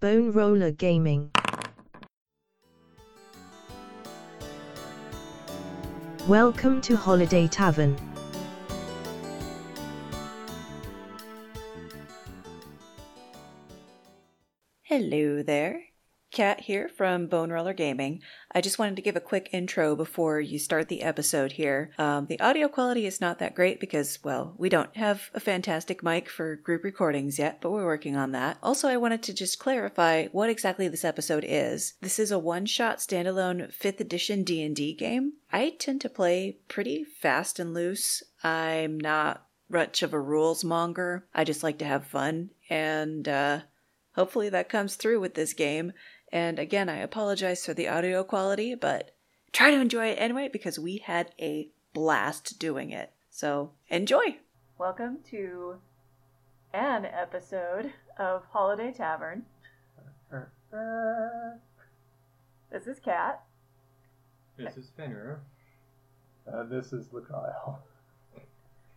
Bone Roller Gaming. Welcome to Holiday Tavern. Hello there. Kat here from Bone Roller Gaming. I just wanted to give a quick intro before you start the episode here. Um, the audio quality is not that great because, well, we don't have a fantastic mic for group recordings yet, but we're working on that. Also, I wanted to just clarify what exactly this episode is. This is a one-shot standalone 5th edition D&D game. I tend to play pretty fast and loose. I'm not much of a rules monger. I just like to have fun and uh Hopefully that comes through with this game. And again, I apologize for the audio quality, but try to enjoy it anyway because we had a blast doing it. So enjoy! Welcome to an episode of Holiday Tavern. This is Kat. This is Fenrir. Uh, this is Lakyle.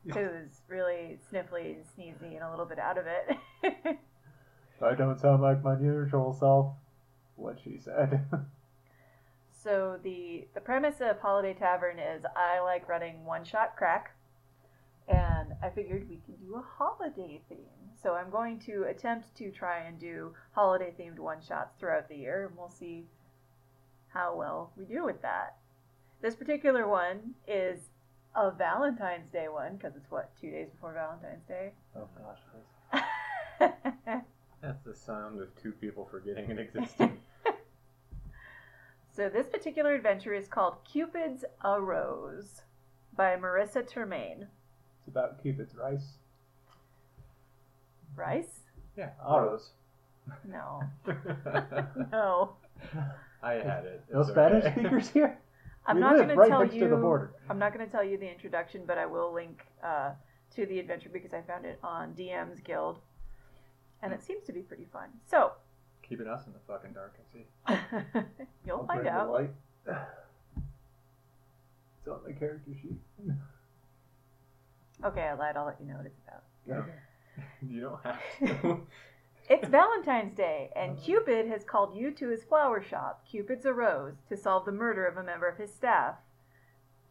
Who's really sniffly and sneezy and a little bit out of it. I don't sound like my usual self. What she said. So the the premise of Holiday Tavern is I like running one shot crack, and I figured we could do a holiday theme. So I'm going to attempt to try and do holiday themed one shots throughout the year, and we'll see how well we do with that. This particular one is a Valentine's Day one because it's what two days before Valentine's Day. oh gosh, that's- That's the sound of two people forgetting it existed. So this particular adventure is called Cupid's A Rose by Marissa Termaine. it's about Cupid's rice. Rice? yeah, Arrows. No. I No. had it. No It's Spanish okay. speakers here. I'm we not live going right tell next you to the border. I'm not going to tell you the introduction, but I will link uh, to the adventure because I found it on DM's Guild, and it seems to be pretty fun. So Keeping us in the fucking dark and see. you'll I'll find bring the out. light. It's on the character sheet. Okay, I lied. I'll let you know what it's about. You don't have to. It's Valentine's Day, and Oh. Cupid has called you to his flower shop, Cupid's a Rose, to solve the murder of a member of his staff.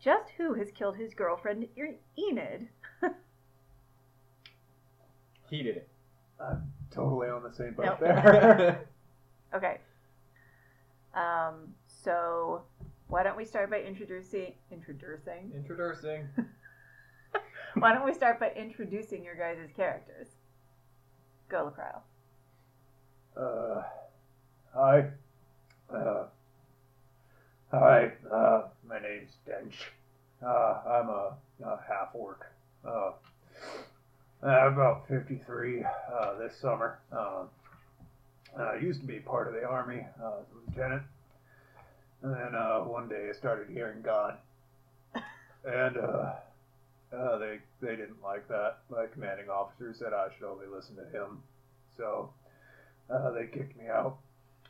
Just who has killed his girlfriend, E- Enid? he did it. I'm totally on the same boat Nope. there. Okay. Um. So, why don't we start by introducing introducing Introducing. Why don't we start by introducing your guys' characters? Go, Lacryle. Uh, hi. Uh, hi. Uh, my name's Dench. Uh, I'm a, a half orc. Uh, I'm about 53 uh, this summer. Um, I used to be part of the army, uh, as a lieutenant. And then uh, one day I started hearing God. And uh, uh, they, they didn't like that. My commanding officer said I should only listen to him. So uh, they kicked me out.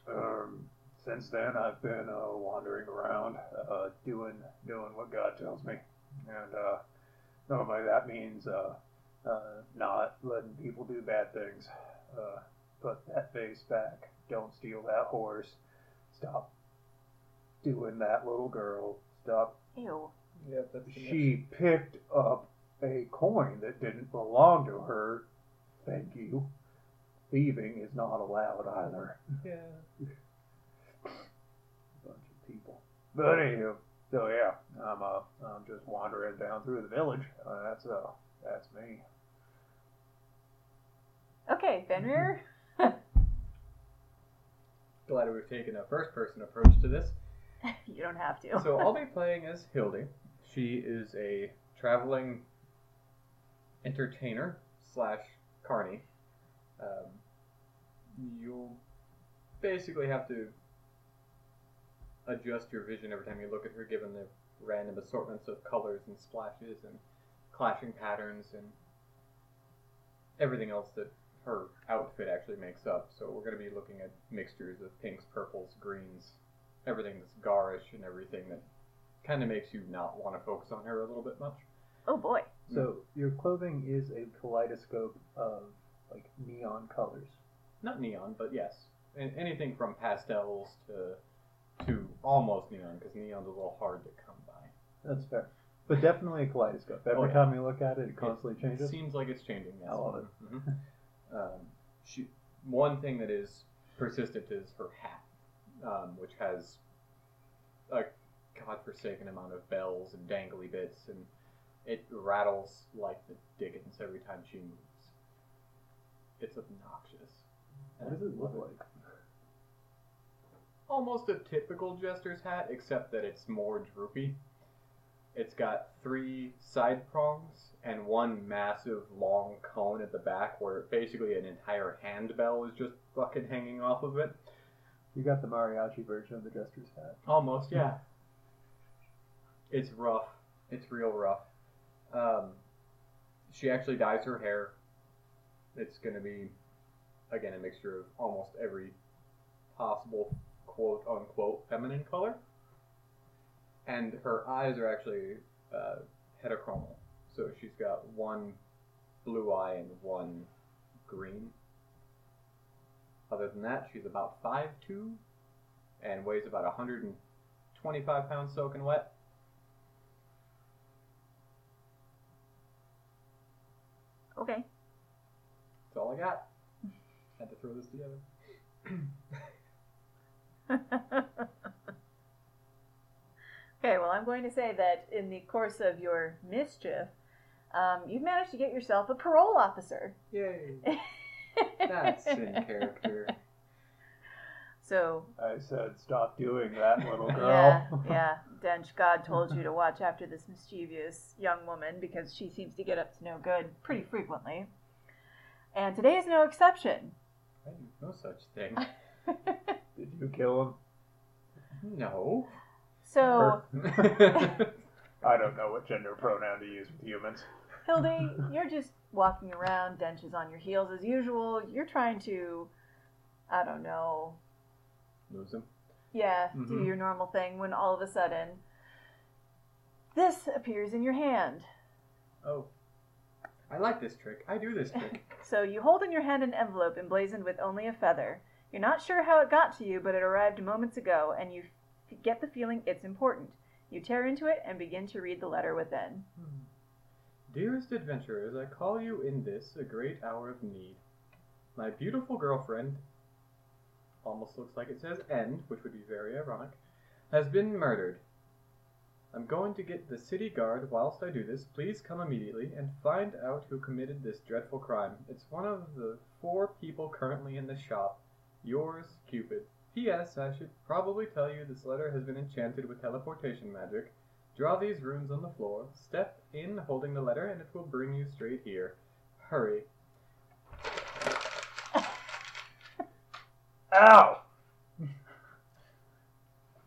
Um, since then, I've been uh, wandering around, uh, doing doing what God tells me, and uh, normally that means uh, uh, not letting people do bad things. Uh, put that face back. Don't steal that horse. Stop doing that little girl. Stop. Ew. Yeah, that's She picked up a coin that didn't belong to her. Thank you. Thieving is not allowed either. Yeah. bunch of people. But anywho, so yeah, I'm uh, I'm just wandering down through the village. Uh, that's uh, that's me. Okay, Fenrir. Glad we've taken a first person approach to this. you don't have to. So I'll be playing as Hildy. She is a traveling entertainer slash carny. Um, you'll basically have to adjust your vision every time you look at her, given the random assortments of colors and splashes and clashing patterns and everything else that her outfit actually makes up. So we're going to be looking at mixtures of pinks, purples, greens, everything that's garish and everything that kind of makes you not want to focus on her a little bit much. oh boy. So your clothing is a kaleidoscope of like neon colors. Not neon, but yes, a- anything from pastels to to almost neon because neon's a little hard to come by. That's fair. But definitely a kaleidoscope. Every Oh, yeah. time you look at it, it constantly It changes. seems like it's changing. Yes. I love it. Mhm. um, she, one thing that is persistent is her hat, um, which has a godforsaken amount of bells and dangly bits, and it rattles like the dickens every time she moves. It's obnoxious. What does it look like? almost a typical jester's hat, except that it's more droopy. It's got three side prongs and one massive long cone at the back where basically an entire handbell is just fucking hanging off of it. You got the mariachi version of the jester's hat. Almost, yeah. It's rough. It's real rough. Um, she actually dyes her hair. It's going to be, again, a mixture of almost every possible quote unquote feminine color. And her eyes are actually uh, heterochromal. So she's got one blue eye and one green. Other than that, she's about five two and weighs about 125 pounds soaking wet. Okay. That's all I got. Had to throw this together. okay, well, I'm going to say that in the course of your mischief, um, you've managed to get yourself a parole officer. Yay! That's in character. So, I said, stop doing that, little yeah, girl. yeah, Dench, God told you to watch after this mischievous young woman because she seems to get up to no good pretty frequently. And today is no exception. I didn't know such thing. Did you kill him? No. So, I don't know what gender pronoun to use with humans. Hildy, you're just walking around. Dench is on your heels as usual. You're trying to, I don't know, Lose him. Yeah, do Mhm. your normal thing when all of a sudden this appears in your hand. Oh. I like this trick. I do this trick. So you hold in your hand an envelope emblazoned with only a feather. You're not sure how it got to you, but it arrived moments ago, and you f- get the feeling it's important. You tear into it and begin to read the letter within. Dearest adventurers, I call you in this, a great hour of need. My beautiful girlfriend, almost looks like it says end, which would be very ironic, has been murdered. I'm going to get the city guard whilst I do this. Please come immediately and find out who committed this dreadful crime. It's one of the four people currently in the shop. Yours, Cupid. P.S. I should probably tell you this letter has been enchanted with teleportation magic. Draw these runes on the floor, step in holding the letter, and it will bring you straight here. Hurry. Ow!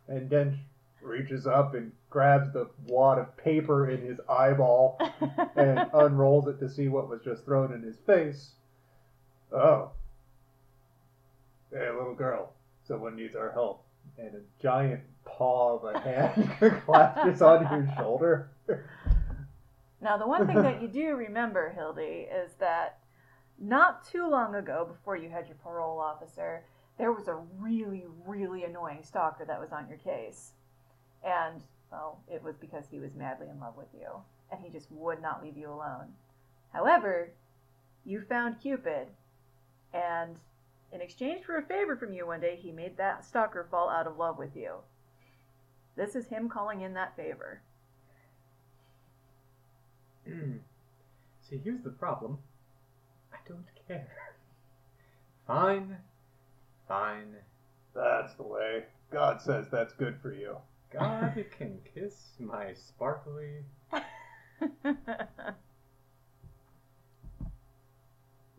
and Dench reaches up and grabs the wad of paper in his eyeball and unrolls it to see what was just thrown in his face. Oh. Hey, little girl, someone needs our help. And a giant paw of a hand clashes on your shoulder. Now, the one thing that you do remember, Hildy, is that not too long ago, before you had your parole officer, there was a really, really annoying stalker that was on your case. And, well, it was because he was madly in love with you, and he just would not leave you alone. However, you found Cupid, and in exchange for a favor from you one day, he made that stalker fall out of love with you. This is him calling in that favor. See, here's the problem. I don't care. Fine. Fine. That's the way. God says that's good for you. God can kiss my sparkly.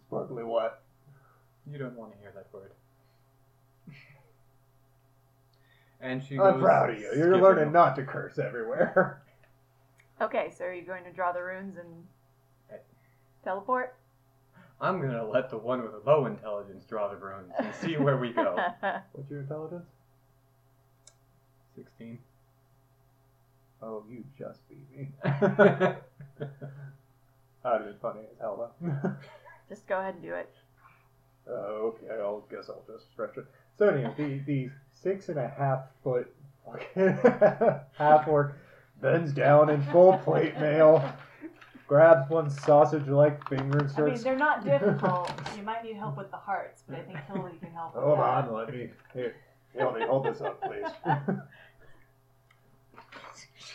Sparkly what? You don't want to hear that word. And she I'm goes proud of you. You're skipping learning up- not to curse everywhere. Okay, so are you going to draw the runes and uh, Right. teleport? I'm gonna let the one with low intelligence draw the runes and see where we go. What's your intelligence? 16. Oh, you just beat me. That'd have been funny as hell, though. Just go ahead and do it. Uh, okay, I'll guess I'll just stretch it. So anyway, the the six and a half foot half orc bends down in full plate mail, grabs one sausage like finger and I mean, starts. they're not difficult. you might need help with the hearts, but I think Hildy can help. with Hold that. on, let me. Here, Hildy, hold this up, please.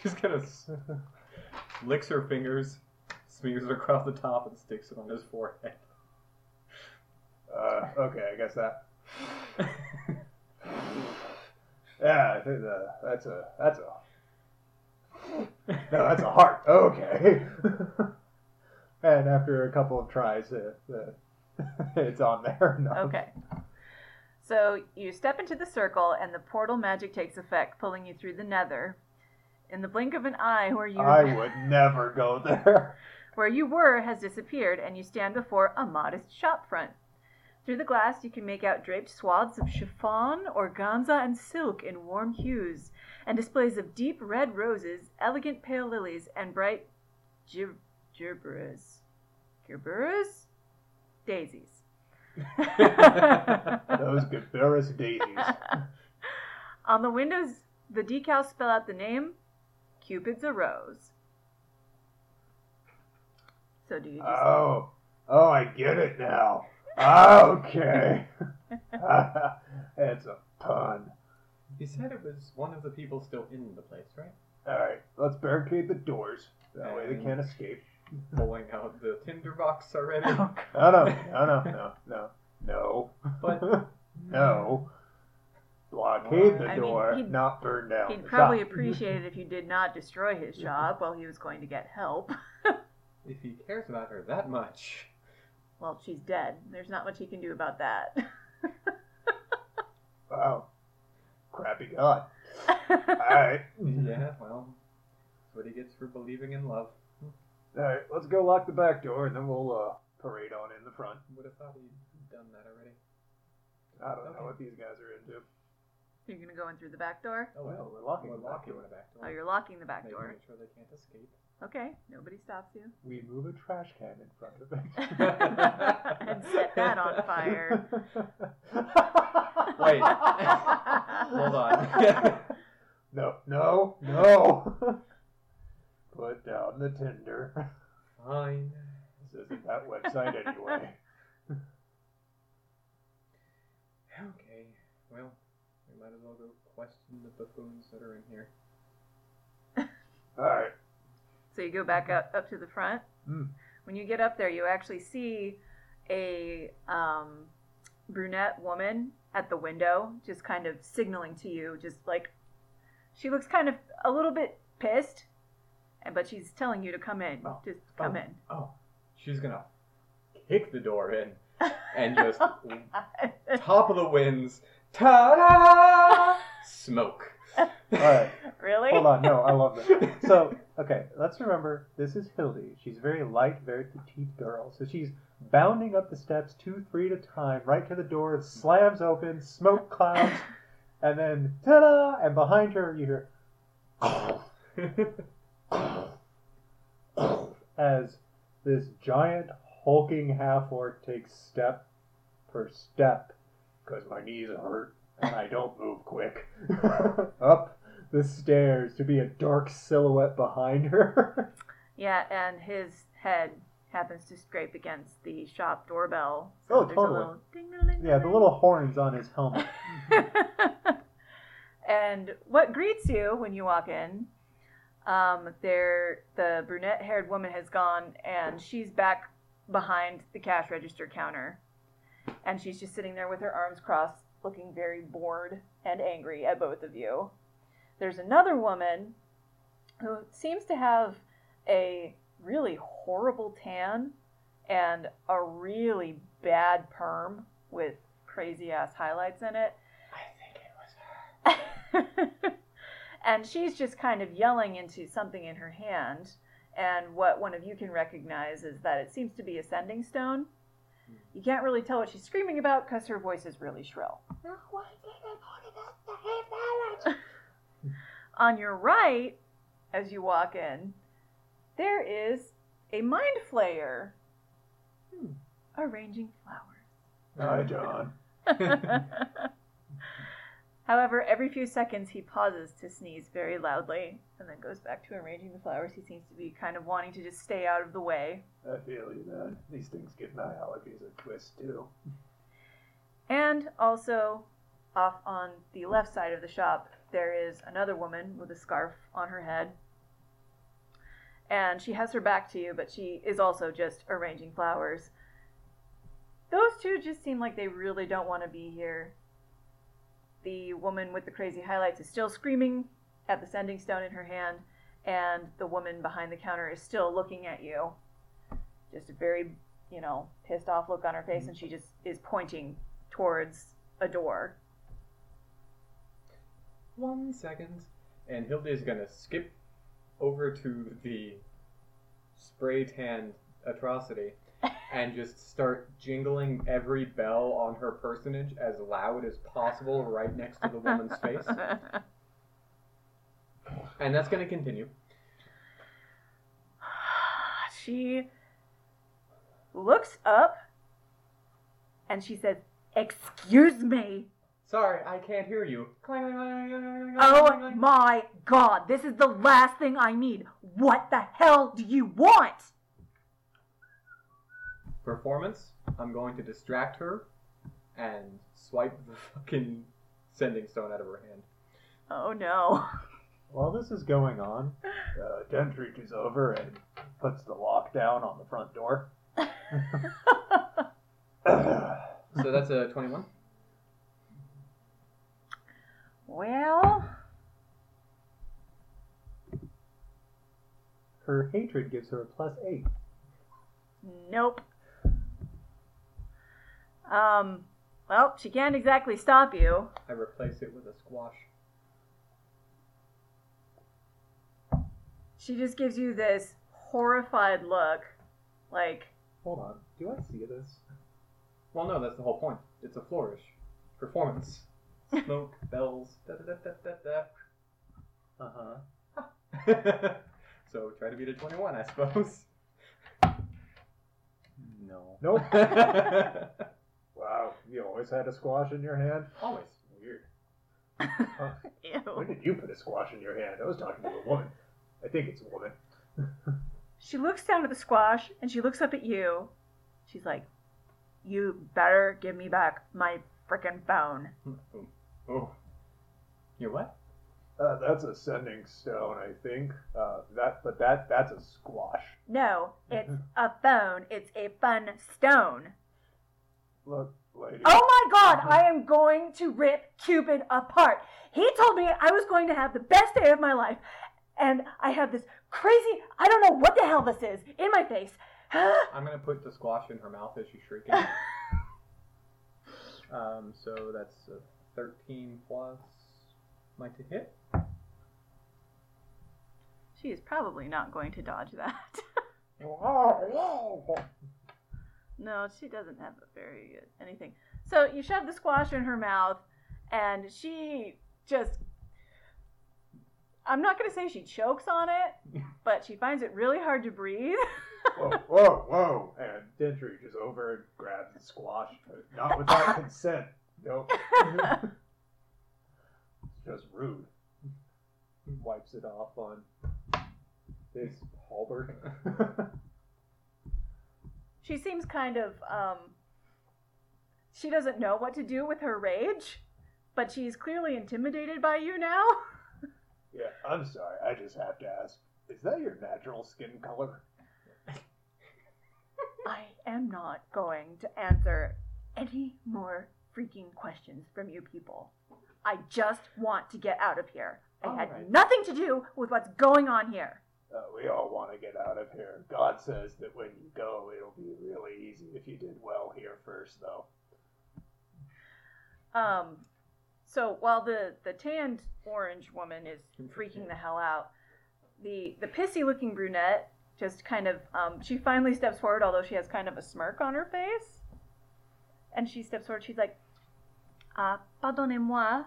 She's gonna s- licks her fingers, smears it across the top, and sticks it on his forehead. Uh, okay, I guess that. Yeah, I think that, that's a that's a no, that's a heart. Okay. and after a couple of tries, it, it, it's on there. No. Okay. So you step into the circle, and the portal magic takes effect, pulling you through the nether. In the blink of an eye, where you I would never go there. where you were has disappeared, and you stand before a modest shopfront. Through the glass, you can make out draped swaths of chiffon, organza, and silk in warm hues, and displays of deep red roses, elegant pale lilies, and bright gib- gibberas. Gibberas? Daisies. Those Gabaris daisies. On the windows, the decals spell out the name Cupid's a Rose. So do you just. Oh, oh, I get it now. Okay. it's a pun. You said it was one of the people still in the place, right? All right, let's barricade the doors. That way they can't escape. Pulling out the tinderbox already. No, no, no, no, no, no, no. But- no. Blockade the I mean, door, he'd- not burn down. He'd the probably shop. appreciate it if you did not destroy his shop while he was going to get help. If he cares about her that much, Well, she's dead. There's not much he can do about that. Wow. Crappy god. All right. yeah, well, that's what he gets for believing in love. All right. Let's go lock the back door, and then we'll uh, parade on in the front. Would have thought he'd done that already. I don't know what these guys are into. You're gonna go in through the back door? Oh Well, we're locking We're the back locking door. the back door. Oh, you're locking the back Making door. sure they can't escape. Okay, nobody stops you. We move a trash can in front of it. And set that on fire. Wait. Hold on. No, no, no. Put down the Tinder. Fine. This isn't that website anyway. Okay. Well, we might as well go question the buffoons that are in here. All right. So you go back up up to the front. Mm. When you get up there, you actually see a um, brunette woman at the window, just kind of signaling to you, just like she looks kind of a little bit pissed, and but she's telling you to come in, Oh. just come Oh. in. Oh, she's gonna kick the door in and just top of the winds. Ta-da! Smoke. All right. really? Hold on. No, I love that. So, okay, let's remember this is Hildy. She's very light, very petite girl. So she's bounding up the steps two, three at a time, right to the door, slams open, smoke clouds, and then ta da! And behind her, you hear as this giant hulking half orc takes step per step because my knees hurt and I don't move quick up the stairs to be a dark silhouette behind her. Yeah, and his head happens to scrape against the shop doorbell. Oh, there's totally. A little ding-a-ling-a-ling. yeah, the little horns on his helmet. and what greets you when you walk in? Um, there, the brunette-haired woman has gone, and she's back behind the cash register counter, and she's just sitting there with her arms crossed, looking very bored and angry at both of you. There's another woman who seems to have a really horrible tan and a really bad perm with crazy ass highlights in it I think it was her. and she's just kind of yelling into something in her hand. And what one of you can recognize is that it seems to be a sending stone. You can't really tell what she's screaming about because her voice is really shrill. On your right, as you walk in, there is a mind flayer arranging flowers. Hi, John. However, every few seconds he pauses to sneeze very loudly and then goes back to arranging the flowers. He seems to be kind of wanting to just stay out of the way. I feel you, man. These things give my allergies a twist, too. And also, off on the left side of the shop, there is another woman with a scarf on her head. And she has her back to you, but she is also just arranging flowers. Those two just seem like they really don't want to be here. The woman with the crazy highlights is still screaming at the sending stone in her hand, and the woman behind the counter is still looking at you. Just a very, you know, pissed off look on her face, and she just is pointing towards a door. One second. And Hilda is gonna skip over to the spray tanned atrocity and just start jingling every bell on her personage as loud as possible right next to the woman's face. And that's gonna continue. she looks up and she says, Excuse me. Sorry, I can't hear you. Clang, clang, clang, clang, clang, clang, Oh clang. my god, this is the last thing I need. What the hell do you want? performance, I'm going to distract her and swipe the fucking sending stone out of her hand. Oh no. While this is going on, Uh, Dent reaches over and puts the lock down on the front door. So that's a 21. well, her hatred gives her a plus eight. nope. Um, well, she can't exactly stop you. I replace it with a squash. She just gives you this horrified look. Like, Hold on, do I see this? Well, no, that's the whole point. It's a flourish. Performance. Smoke, bells, da da da da da Uh huh. da. Uh-huh. so try to beat a 21, I suppose. No. Nope. Wow, you always had a squash in your hand? Always. Weird. When ew. did you put a squash in your hand? I was talking to a woman. I think it's a woman. She looks down at the squash and she looks up at you. She's like, You better give me back my frickin' phone. Oh. oh. You're what? Uh, that's a sending stone, I think. Uh, that, but that that's a squash. No, it's a phone. It's a fun stone. Look, lady. Oh my god, I am going to rip Cupid apart. He told me I was going to have the best day of my life, and I have this crazy, I don't know what the hell this is, in my face. I'm gonna put the squash in her mouth as she's shrieking. um, so that's a 13 plus my to hit. she is probably not going to dodge that. No, she doesn't have a very good anything. So you shove the squash in her mouth, and she just. I'm not going to say she chokes on it, but she finds it really hard to breathe. whoa, whoa, whoa! And Dent reaches over and grabs the squash, but not without consent. Nope. Just rude. Wipes it off on this halberd. she seems kind of. Um, she doesn't know what to do with her rage, but she's clearly intimidated by you now. Yeah, I'm sorry. I just have to ask: Is that your natural skin color? I am not going to answer any more freaking questions from you people. I just want to get out of here. I had Alright. nothing to do with what's going on here. Uh, we all want to get out of here. God says that when you go, it'll be really easy if you did well here first, though. Um, so while the the tanned orange woman is freaking the hell out, the the pissy looking brunette just kind of um, she finally steps forward, although she has kind of a smirk on her face, and she steps forward. She's like, "Ah, pardonnez-moi.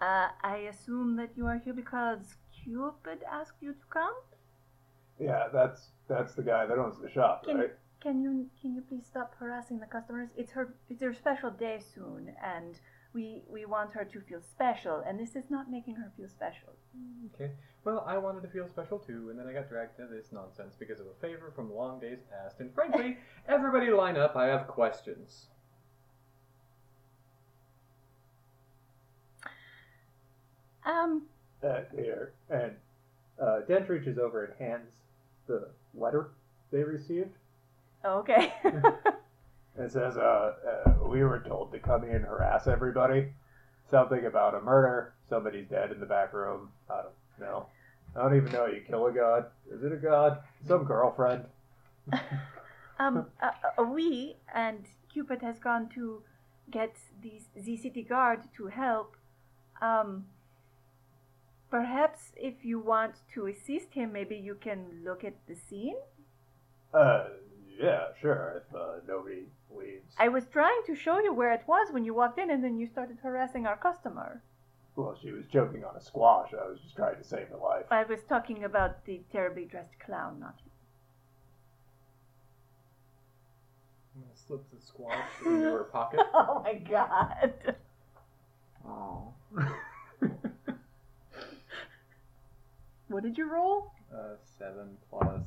Uh, I assume that you are here because Cupid asked you to come. Yeah, that's that's the guy that owns the shop, Can right? Can you can you please stop harassing the customers? It's her it's her special day soon, and we we want her to feel special, and this is not making her feel special. Okay. Well, I wanted to feel special too, and then I got dragged into this nonsense because of a favor from long days past. And frankly, everybody line up, I have questions. Um, Uh, here. And uh, Dent reaches over and hands the letter they received. okay. It says, uh, uh, we were told to come in and harass everybody. Something about a murder. Somebody's dead in the back room. I don't know. I don't even know. You kill a god? Is it a god? Some girlfriend. um, uh, uh, we and Cupid has gone to get these the city guard to help. Um, perhaps if you want to assist him, maybe you can look at the scene. Uh, yeah, sure. If uh, nobody leaves. I was trying to show you where it was when you walked in, and then you started harassing our customer. Well, she was choking on a squash. I was just trying to save her life. I was talking about the terribly dressed clown, not you. I'm gonna slip the squash into her pocket. Oh my god. Oh. What did you roll? Uh, seven plus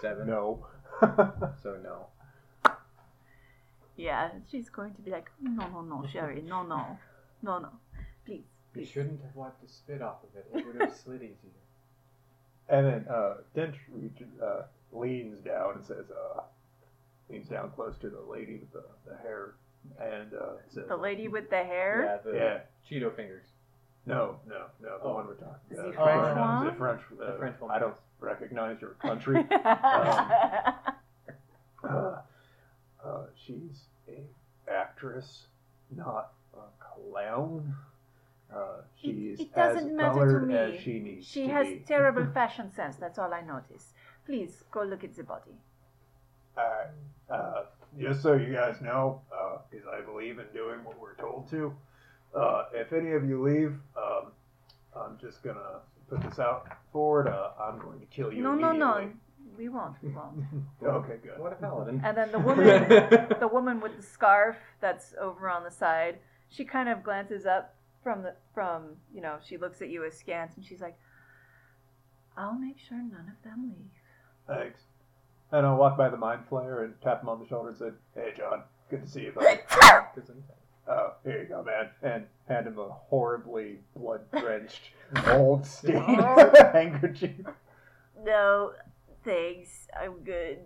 seven. No. So no. Yeah, she's going to be like, no, no, no, Sherry, no, no, no, no, please. You please. shouldn't have wiped the spit off of it. It would have slid easier. And then uh, Dench reaches, uh, leans down and says, uh, leans down close to the lady with the, the hair and uh, says, The lady with the hair? Yeah, the Yeah. Cheeto fingers. No, no, no. The Oh. one we're talking The about. French Uh, one? The French, uh, The French one. I don't recognize your country. uh, uh, she's a actress, not a clown. Uh, she's it doesn't as matter to colored me. as she needs she to has be. terrible fashion sense, that's all I notice. Please go look at the body. Alright, uh, just so you guys know, because I believe in doing what we're told to, uh, if any of you leave, um, I'm just gonna put this out forward. Uh, I'm going to kill you. No, no, no, immediately. we won't, we won't. Okay, good. What a paladin. And then the woman, the woman with the scarf that's over on the side, she kind of glances up from the from you know she looks at you askance and she's like, "I'll make sure none of them leave." Thanks. And I'll walk by the mind flayer and tap him on the shoulder and say, "Hey, John, good to see you, buddy. Oh, here you go, man." And hand him a horribly blood-drenched, old stained Oh. handkerchief. No, thanks. I'm good.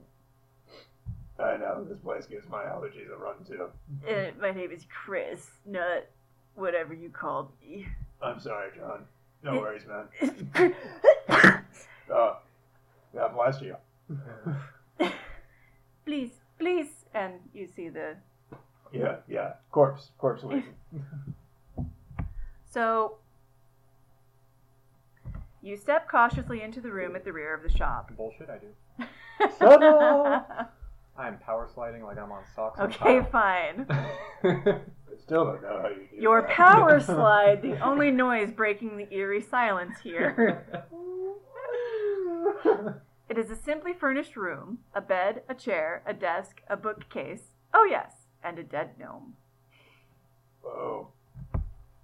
I know this place gives my allergies a run too. Uh, my name is Chris, not whatever you called me. I'm sorry, John. No worries, man. Uh, God bless you. please, please. And you see the. Yeah, yeah. Corpse, corpse leaving. So. You step cautiously into the room at the rear of the shop. Bullshit, I do. Ta-da! I'm power sliding like I'm on socks. on okay, tile. fine. I still don't know how you do Your that. power slide, the only noise breaking the eerie silence here. it is a simply furnished room a bed, a chair, a desk, a bookcase. Oh, yes, and a dead gnome. Whoa. Yeah,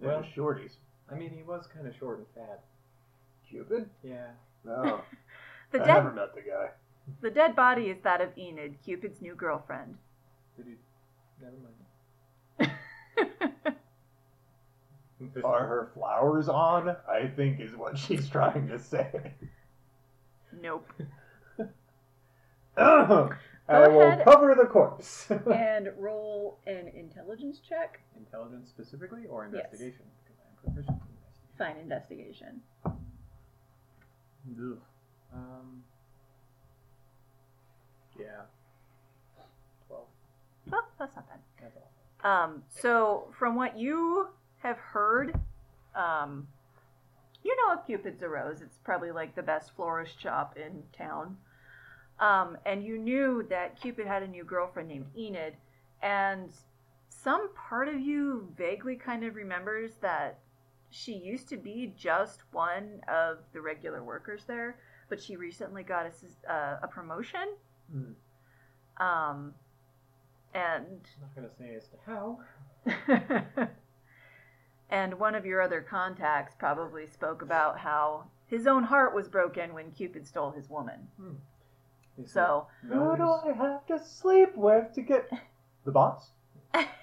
Well- shorties. I mean, he was kind of short and fat. Cupid? Yeah. No. The I dead, never met the guy. the dead body is that of Enid, Cupid's new girlfriend. Did he? Never mind. Are her flowers on? I think is what she's trying to say. nope. I will ahead. cover the corpse. and roll an intelligence check. Intelligence specifically or Yes. investigation? Because I'm proficient in Fine investigation. investigation. Ugh. Um. Yeah. Twelve. Oh, that's not bad. That's all. Um, so, from what you have heard, um, you know if Cupid's a rose, it's probably like the best florist shop in town. Um, and you knew that Cupid had a new girlfriend named Enid, and some part of you vaguely kind of remembers that she used to be just one of the regular workers there, but she recently got a, sis- uh, a promotion. Hmm. Um, and I'm not going to say as to how. and one of your other contacts probably spoke about how his own heart was broken when Cupid stole his woman. Hmm. These So, Who nuns- do I have to sleep with to get the boss?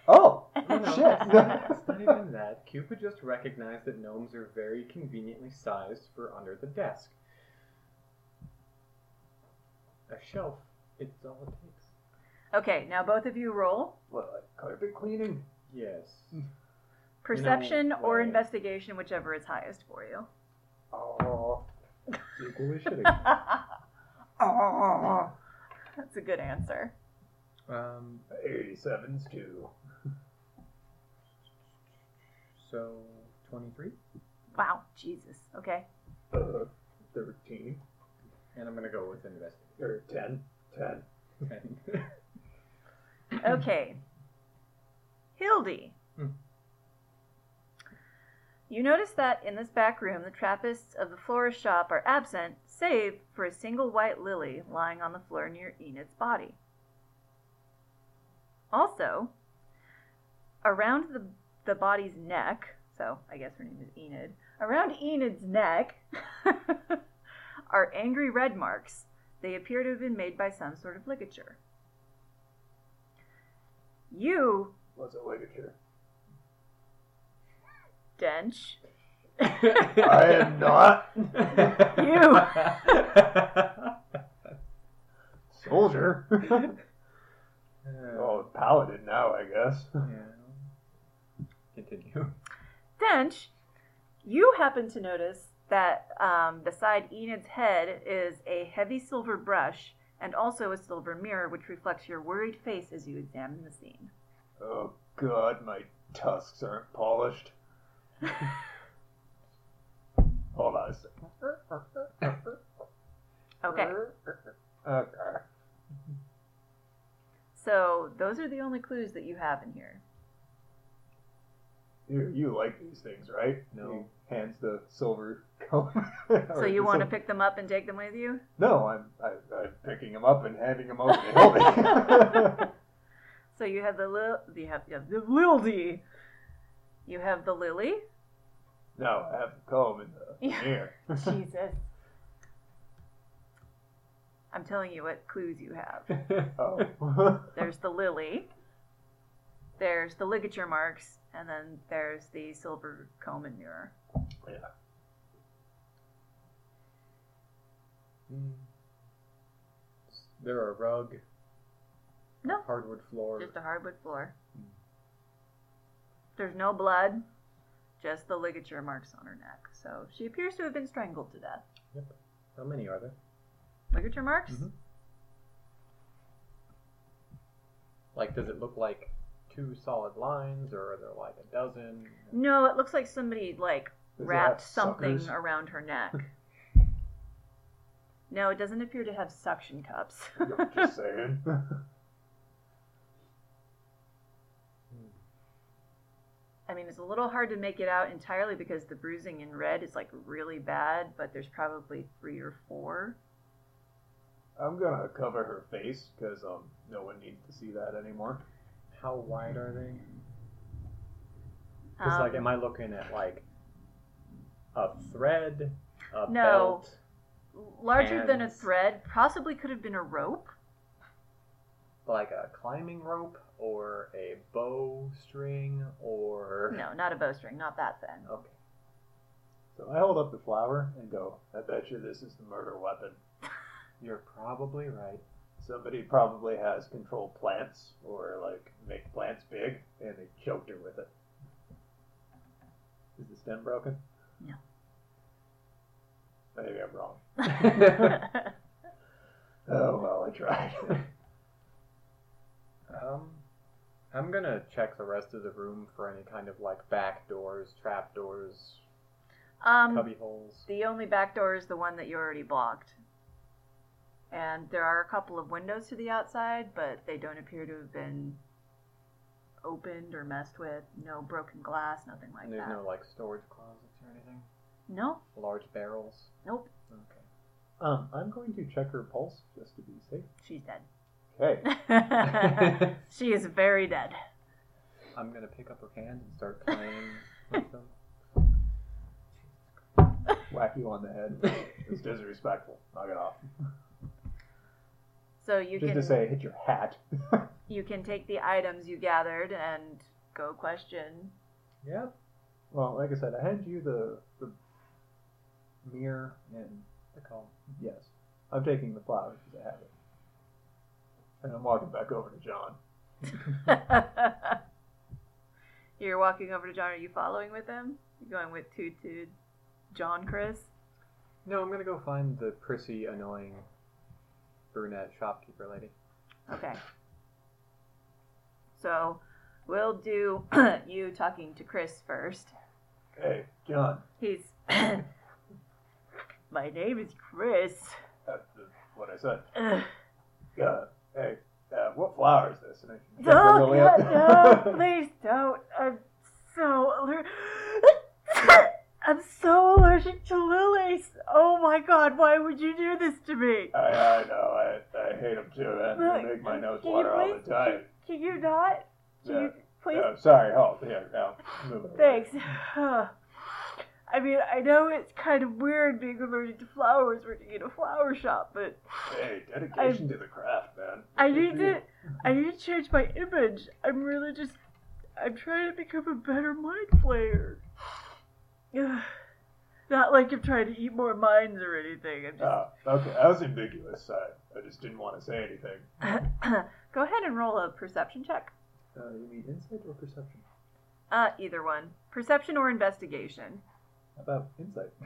Oh, No, no, Shit. it's not- it's not even that. Cupid just recognized that gnomes are very conveniently sized for under the desk. A shelf, it's all it takes. okay, now both of you roll What, like carpet cleaning? Yes. perception or way. investigation, whichever is highest for you. Oh, equally shitty. That's a good answer. Um, 87's too. so 23? Wow, Jesus. Okay. Uh, 13 And I'm going to go with investigation. or 10. 10. Okay. Hildy. Hmm. You notice that in this back room, the Trappists of the florist shop are absent, save for a single white lily lying on the floor near Enid's body. Also, around the, the body's neck, so I guess her name is Enid, around Enid's neck are angry red marks. They appear to have been made by some sort of ligature. You What's a ligature? Dench. I am not. Soldier. Uh, oh, paladin now, I guess. yeah. Continue. Dench, you happen to notice that um, beside Enid's head is a heavy silver brush and also a silver mirror, which reflects your worried face as you examine the scene. Oh, God, my tusks aren't polished. Hold on a second. Okay, Okay. so those are the only clues that you have in here. You, you like these things, right? No. He hands the silver comb. So you want to pick them up and take them with you? No, I'm, I, I'm picking them up and handing them over to Hildy. So you have the lil, you have, you have the lildy, you have the lily. no, I have the comb in the Yeah. mirror. Jesus, I'm telling you what clues you have. oh. there's the lily, there's the ligature marks, and then there's the silver comb and mirror. Hmm. There a rug. No. Hardwood floor. Just a hardwood floor. There's no blood, just the ligature marks on her neck. So she appears to have been strangled to death. How many are there? Ligature marks? Mhm. Like, does it look like two solid lines, or are there like a dozen? No, it looks like somebody like Does it have wrapped something suckers? around her neck. no, it doesn't appear to have suction cups. I'm Just saying. I mean, it's a little hard to make it out entirely because the bruising in red is like really bad, but there's probably three or four. I'm gonna cover her face because um, no one needs to see that anymore. How wide are they? Because, Um, like, am I looking at like a thread, a No. belt? larger than a hands? thread, possibly could have been a rope. like a climbing rope or a bow string or No, not a bowstring, not that thin. okay So I hold up the flower and go, I bet you this is the murder weapon. you're probably right Somebody probably has control plants or like make plants big and they choked her with it. Is the stem broken? No. Maybe I'm wrong. Oh well, I tried. um i'm gonna check the rest of the room for any kind of like back doors trap doors um, cubby holes the only back door is the one that you already blocked. And there are a couple of windows to the outside, but they don't appear to have been opened or messed with. No broken glass, nothing like and there's that. no like storage closets or anything no? large barrels Nope. okay Um, I'm going to check her pulse just to be safe. She's Okay. dead. she is very dead. I'm gonna pick up her hand and start playing with them. Whack you on the head. It's disrespectful. Knock it off. So you just can to say, hit your hat. you can take the items you gathered and go question. Yeah. Well, like I said, I hand you the the mirror and The calm. yes, I'm taking the flowers because I have it, and I'm walking back over to John. You're walking over to John. Are you following with him? You're going with Toot Toot, John, Chris. No, I'm gonna go find the prissy, annoying brunette shopkeeper lady. Okay. So we'll do you talking to Chris first. Hey, John. He's. My name is Chris. That's the- what I said. Ugh. Uh, hey, uh, what flower is this? And I picked the Don't, lily God, up. Oh, no, please don't. I'm so aller- I'm so allergic to lilies. Oh my God, why would you do this to me? I, I know. I, I hate them too, man. They Look, make my nose can you water all please- the time. Can you not? Can Yeah. you please? Uh, sorry. Oh, here, now. Move it. Thanks. I mean, I know it's kind of weird being allergic to flowers working in a flower shop, but Hey, dedication to the craft, man. I Good need for you. to I need to change my image. I'm really just I'm trying to become a better mind player. Ugh. Not like I'm trying to eat more minds or anything. I'm just Oh, okay. That was ambiguous. I, I just didn't want to say anything. Go ahead and roll a perception check. Uh, you mean insight or perception? Uh either one. Perception or investigation. How about insight?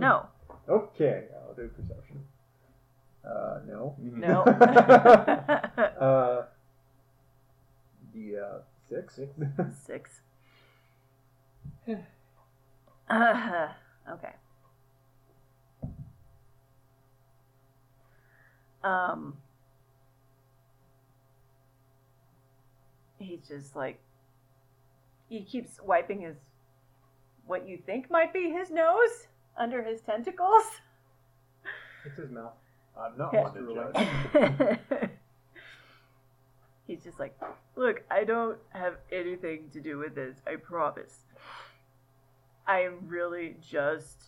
No. okay, I'll do perception. Uh, no. No. Uh, the uh, six. Six. Six. uh, okay. Um, he's just like he keeps wiping his what you think might be his nose under his tentacles. It's his mouth. I'm not Yeah. one to judge. He's just like, look, I don't have anything to do with this. I promise. I am really just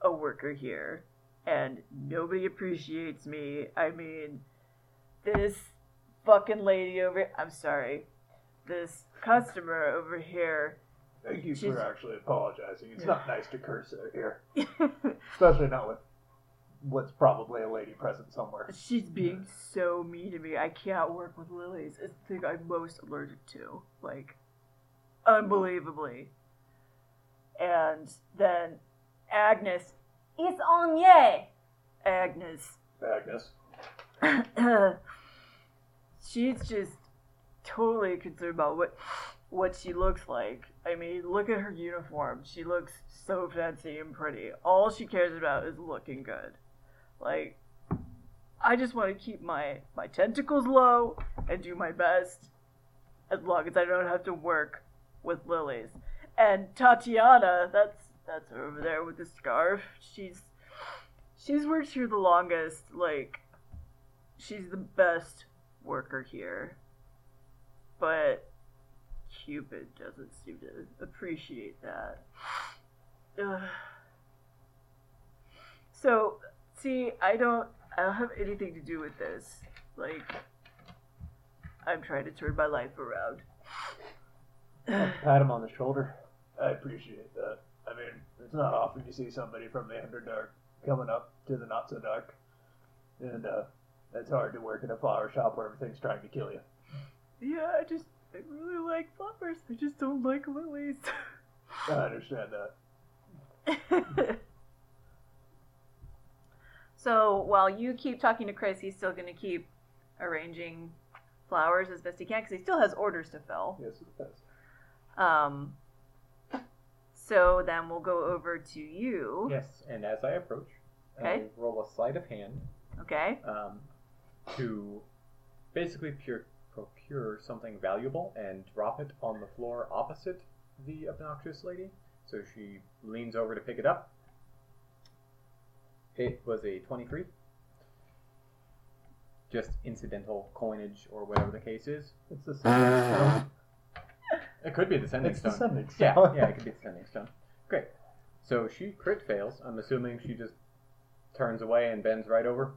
a worker here, and nobody appreciates me. I mean, this fucking lady over. I'm sorry, this customer over here. Thank you She's- for actually apologizing. It's not nice to curse out here, She's especially not with what's probably a lady present somewhere. being so mean to me. I can't work with lilies. It's the thing I'm most allergic to. Like, unbelievably. And then Agnes. It's on ye! Agnes. Agnes. She's just totally concerned about what what she looks like. I mean, look at her uniform. She looks so fancy and pretty. All she cares about is looking good. Like I just want to keep my my tentacles low and do my best as long as I don't have to work with lilies. And Tatiana, that's that's her over there with the scarf. She's she's worked here the longest. Like she's the best worker here. But Cupid doesn't seem to appreciate that. Ugh. So, see, I don't I don't have anything to do with this. Like I'm trying to turn my life around. Pat him on the shoulder. I appreciate that. I mean, it's not often you see somebody from the Underdark coming up to the not so dark, and uh, it's hard to work in a flower shop where everything's trying to kill you. Yeah, I just I really like flowers. I just don't like lilies. I understand that. so while you keep talking to Chris, he's still going to keep arranging flowers as best he can because he still has orders to fill. Yes, it does. Um, so then we'll go over to you. Yes, and as I approach, Okay. I roll a sleight of hand Okay. um, to basically pure, procure something valuable and drop it on the floor opposite the obnoxious lady. So she leans over to pick it up It was a 23. Just incidental coinage or whatever the case is. It's the sending Uh, stone. It could be the sending It's the stone. sending stone. Yeah, yeah, it could be the sending stone. Great. So she crit fails. I'm assuming she just turns away and bends right over.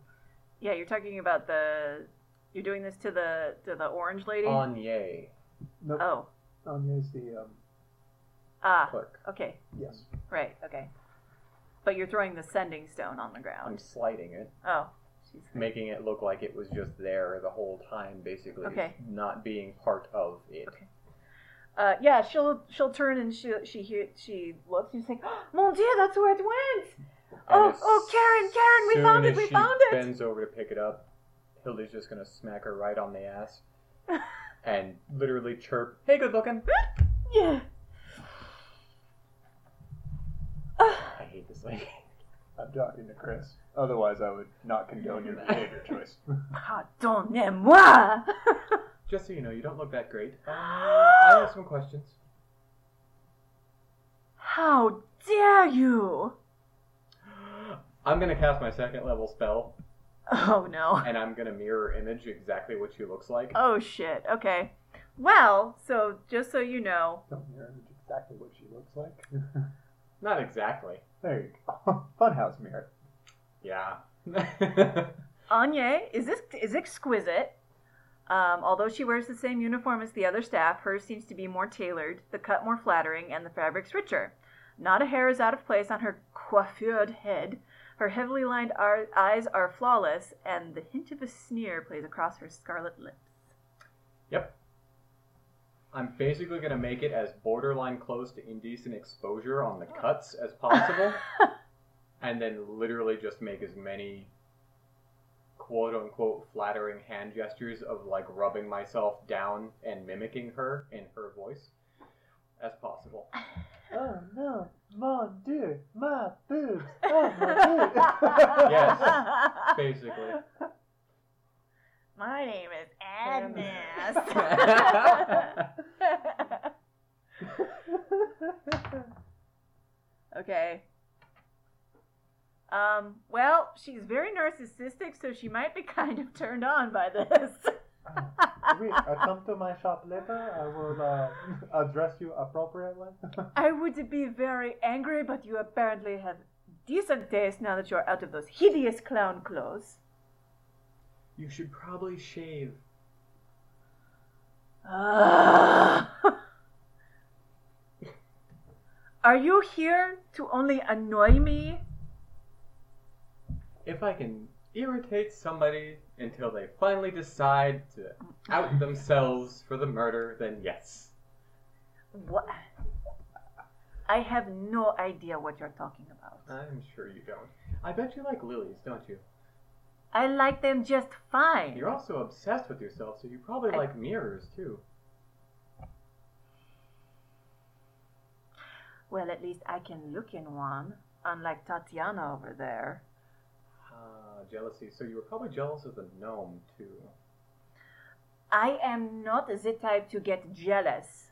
Yeah, you're talking about the. You're doing this to the to the orange lady. Anye Nope. Oh, Anya's the um, ah, clerk. okay, yes. right, okay. But you're throwing the sending stone on the I'm ground. sliding it, Oh, she's making it look like it was just there the whole time, basically, Okay. not being part of it. Okay. Uh, yeah, she'll she'll turn and she she hear, she looks and she's like, "Oh, "Mon Dieu, that's where it went!" Oh, as oh, Karen, Karen, we soon found it, as we she found it. Bends over to pick it up. Hilda's just gonna smack her right on the ass, and literally chirp, "Hey, good looking." Yeah. I hate this lady. I'm talking to Chris. Otherwise, I would not condone your behavior choice. Pardonnez-moi. Just so you know, you don't look that great. Um, I have some questions. How dare you? I'm gonna cast my second level spell, Oh no. and I'm gonna mirror image exactly what she looks like. Oh shit. Okay. Well, so just so you know, Don't mirror image exactly what she looks like. Not exactly. there you go. Funhouse mirror. Yeah. Anya is this is exquisite. Um, although she wears the same uniform as the other staff, hers seems to be more tailored, the cut more flattering, and the fabrics richer. Not a hair is out of place on her coiffured head. Her heavily lined ar- eyes are flawless, and the hint of a sneer plays across her scarlet lips. yep. I'm basically gonna make it as borderline close to indecent exposure on the cuts as possible, and then literally just make as many quote unquote flattering hand gestures of like rubbing myself down and mimicking her in her voice as possible. Oh no, mon dieu, my boobs. Yes. Basically. My name is Agnes. Agnes. okay. Um, well, she's very narcissistic, so she might be kind of turned on by this. Wait, uh, come to my shop later. I will uh, address you appropriately. I would be very angry, but you apparently have decent taste now that you're out of those hideous clown clothes. You should probably shave. Are you here to only annoy me? If I can irritate somebody until they finally decide to out themselves for the murder, then yes. What? I have no idea what you're talking about. I'm sure you don't. I bet you like lilies, don't you? I like them just fine. You're also obsessed with yourself, so you probably I- like mirrors too. Well, at least I can look in one, unlike Tatiana over there. Ah, jealousy. So you were probably jealous of the gnome too. I am not the type to get jealous.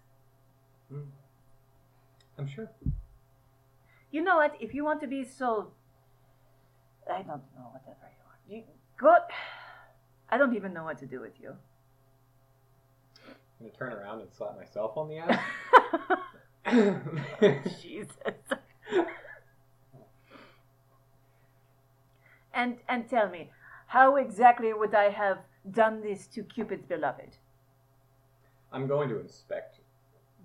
Hmm. I'm sure. You know what? If you want to be so. I don't know, whatever you want. You go. I don't even know what to do with you. I'm gonna turn around and slap myself on the ass. Jesus. and and tell me, how exactly would I have done this to Cupid's beloved? I'm going to inspect.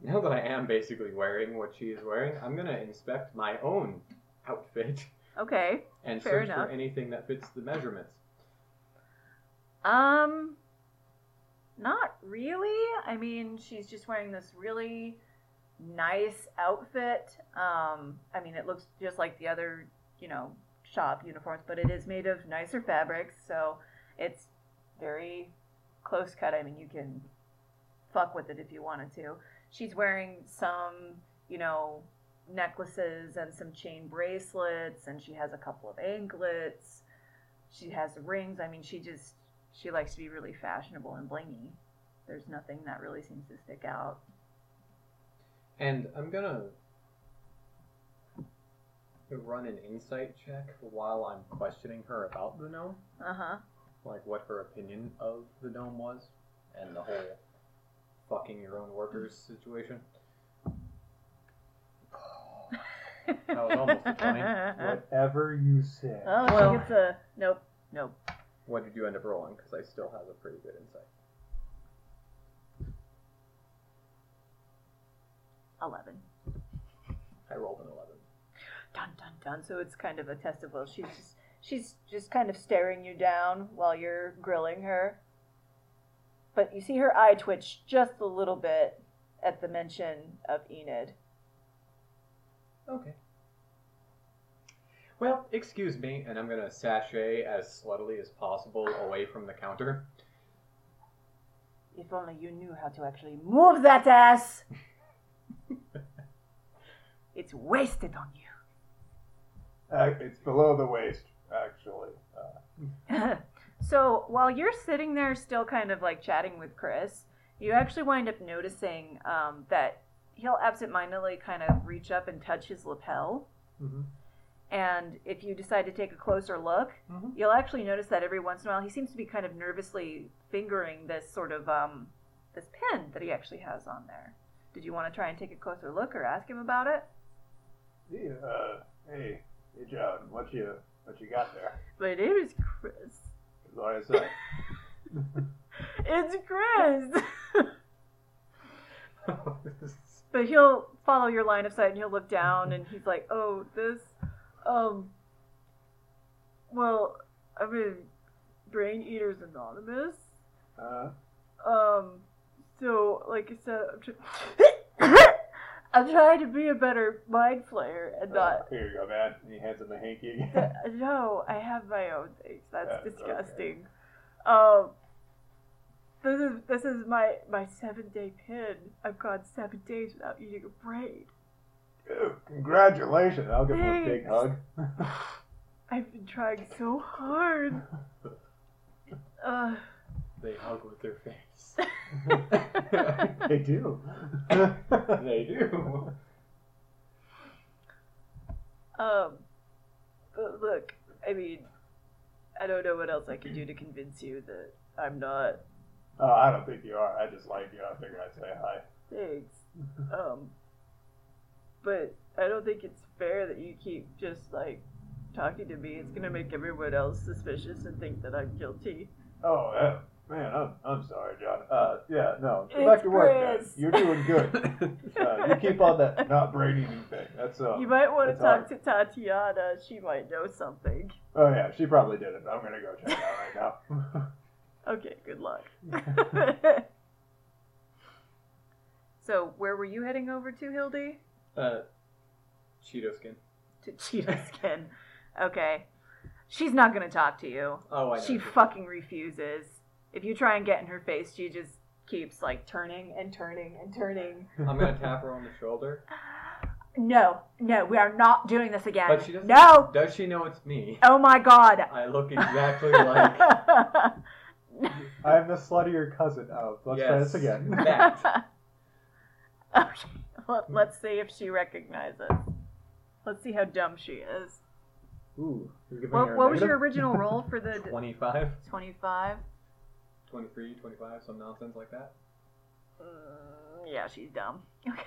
Now that I am basically wearing what she is wearing, I'm gonna inspect my own outfit. Okay. and Fair search enough. for anything that fits the measurements. Um not really. I mean, she's just wearing this really nice outfit. Um I mean, it looks just like the other, you know, shop uniforms, but it is made of nicer fabrics, so it's very close cut. I mean, you can fuck with it if you wanted to. She's wearing some, you know, necklaces and some chain bracelets, and she has a couple of anklets. She has rings. I mean, she just she likes to be really fashionable and blingy. There's nothing that really seems to stick out. And I'm gonna run an insight check while I'm questioning her about the gnome, Uh huh. like what her opinion of the gnome was, and the whole fucking your own workers situation. That was almost a twenty. Whatever you say. Oh, Well- she gets a nope, nope. What did you end up rolling? Because I still have a pretty good insight. Eleven. I rolled an eleven. Dun dun dun. So it's kind of a test of will. She's just she's just kind of staring you down while you're grilling her. But you see her eye twitch just a little bit at the mention of Enid. Okay. Well, excuse me, and I'm gonna sashay as sluttily as possible away from the counter. If only you knew how to actually move that ass. it's wasted on you. Uh, it's below the waist, actually. Uh, so while you're sitting there, still kind of like chatting with Chris, you actually wind up noticing um, that he'll absentmindedly kind of reach up and touch his lapel. Mhm. And if you decide to take a closer look, Mhm. you'll actually notice that every once in a while he seems to be kind of nervously fingering this sort of um, this pin that he actually has on there. Did you want to try and take a closer look or ask him about it? yeah, uh, hey, hey, John, what you what you got there? But it is Chris. That's what I said. It's Chris. This is- Uh, but he'll follow your line of sight and he'll look down and he's like, "Oh, this, um, well, I mean, Brain Eaters Anonymous." Uh, Um, so like I said, I'm, try- I'm trying to be a better mind flayer and uh, not. here you go, man. And he hands him the hanky again. Th- Uh, no, I have my own things. That's Uh, okay. disgusting. Um, this is this is my my seven day pin. I've gone seven days without eating a brain. Dude, Congratulations! I'll give him a big Thanks. hug. I've been trying so hard. Uh, They hug with their face. they do. they do. um, but look, I mean, I don't know what else I can do to convince you that I'm not Uh, I don't think you are. I just like you. I figured I'd say hi. Thanks. Um, but I don't think it's fair that you keep just like talking to me. It's gonna make everyone else suspicious and think that I'm guilty. Oh, uh, man, I'm, I'm sorry, John. Uh, yeah, no. Go It's back to work, man. Chris. You're doing good. Uh, you keep on that not brain eating thing. That's uh. You might want to That's talk to Tatiana. She might know something. Oh yeah, she probably did it. I'm gonna go check it out right now. Okay, good luck. so, where were you heading over to, Hildy? Uh, Cheeto skin. To Cheetah Skin. Okay. She's not gonna talk to you. Oh, I know. she fucking refuses. If you try and get in her face, she just keeps like turning and turning and turning. I'm gonna tap her on the shoulder. No, no, we are not doing this again. But she doesn't. No. Does she know it's me? Oh my god. I look exactly like. I'm the sluttier cousin of. Let's try this again. Yes. That. okay. Let, let's see if she recognizes. Let's see how dumb she is. Ooh, you're giving her What, a what was your negative? original roll for the 25, 25? 23, 25, some nonsense like that. Mm, yeah, she's dumb. Okay.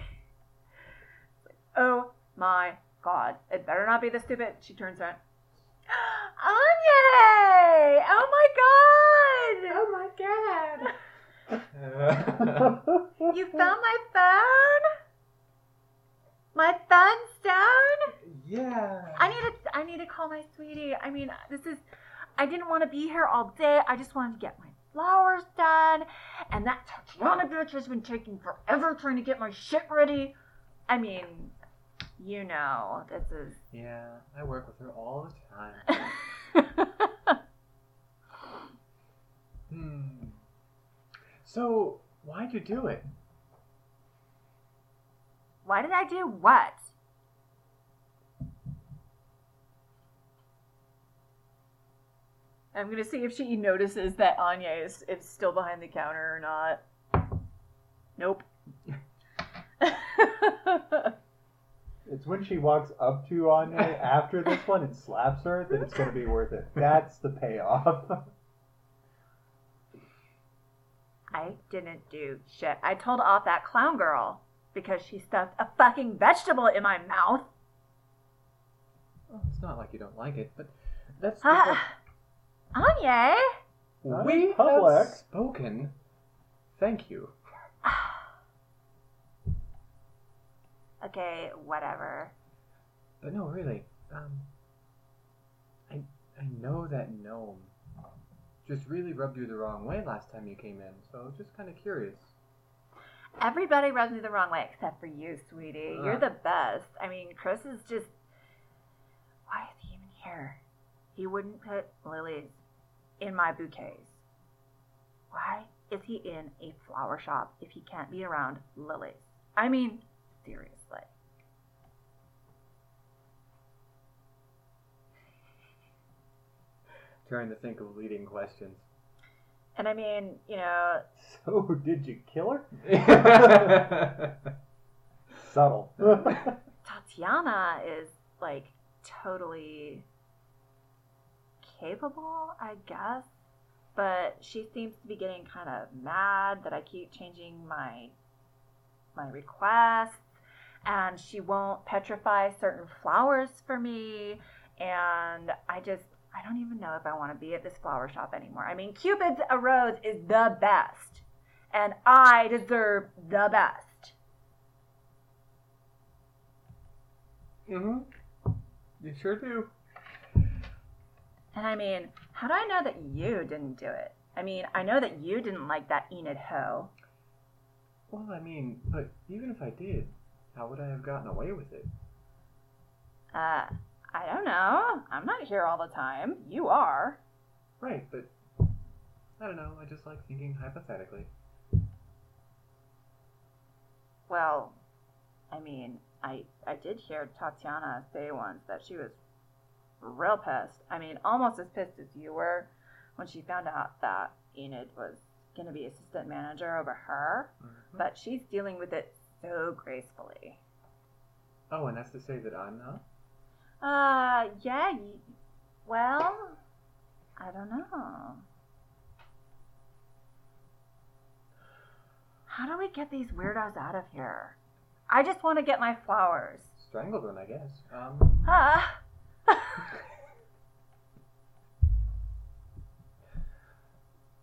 Oh my god. It better not be this stupid. She turns around. Anya! Oh my god! Oh my god. You found my phone? My phone's down? yeah. I need to I need to call my sweetie. I mean, this is I didn't want to be here all day. I just wanted to get my flowers done. And that Tatiana bitch has been taking forever trying to get my shit ready. I mean, you know, this is Yeah, I work with her all the time. Hmm. So, why'd you do it? Why did I do what? I'm gonna see if she notices that Anya is, is still behind the counter or not. Nope. It's when she walks up to Anya after this one and slaps her that it's going to be worth it. That's the payoff. I didn't do shit. I told off that clown girl because she stuffed a fucking vegetable in my mouth. Well, it's not like you don't like it, but that's Huh? Anya? Not in we public. have spoken. Thank you. Okay, whatever. But no, really, um, I I know that gnome just really rubbed you the wrong way last time you came in, so just kind of curious. Everybody rubs me the wrong way except for you, sweetie. You're Ugh. the best. I mean, Chris is just. Why is he even here? He wouldn't put lilies in my bouquets. Why is he in a flower shop if he can't be around lilies? I mean, seriously. Trying to think of leading questions. And I mean, you know, So did you kill her? yeah, Subtle. Tatiana is like totally capable, I guess, but she seems to be getting kind of mad that I keep changing my my requests and she won't petrify certain flowers for me and I just I don't even know if I want to be at this flower shop anymore. I mean, Cupid's a rose is the best and I deserve the best. hmm You sure do. And I mean, how do I know that you didn't do it? I mean, I know that you didn't like that Enid Ho. Well, I mean, but even if I did, how would I have gotten away with it? Uh, I don't know. I'm not here all the time. You are. Right, but I don't know. I just like thinking hypothetically. Well, I mean, I I did hear Tatiana say once that she was real pissed. I mean, almost as pissed as you were when she found out that Enid was going to be assistant manager over her, but she's dealing with it so gracefully. Oh, and that's to say that I'm not. Uh, yeah. You, well, I don't know. How do we get these weirdos out of here? I just want to get my flowers. Strangled one, I guess. Um, Ah.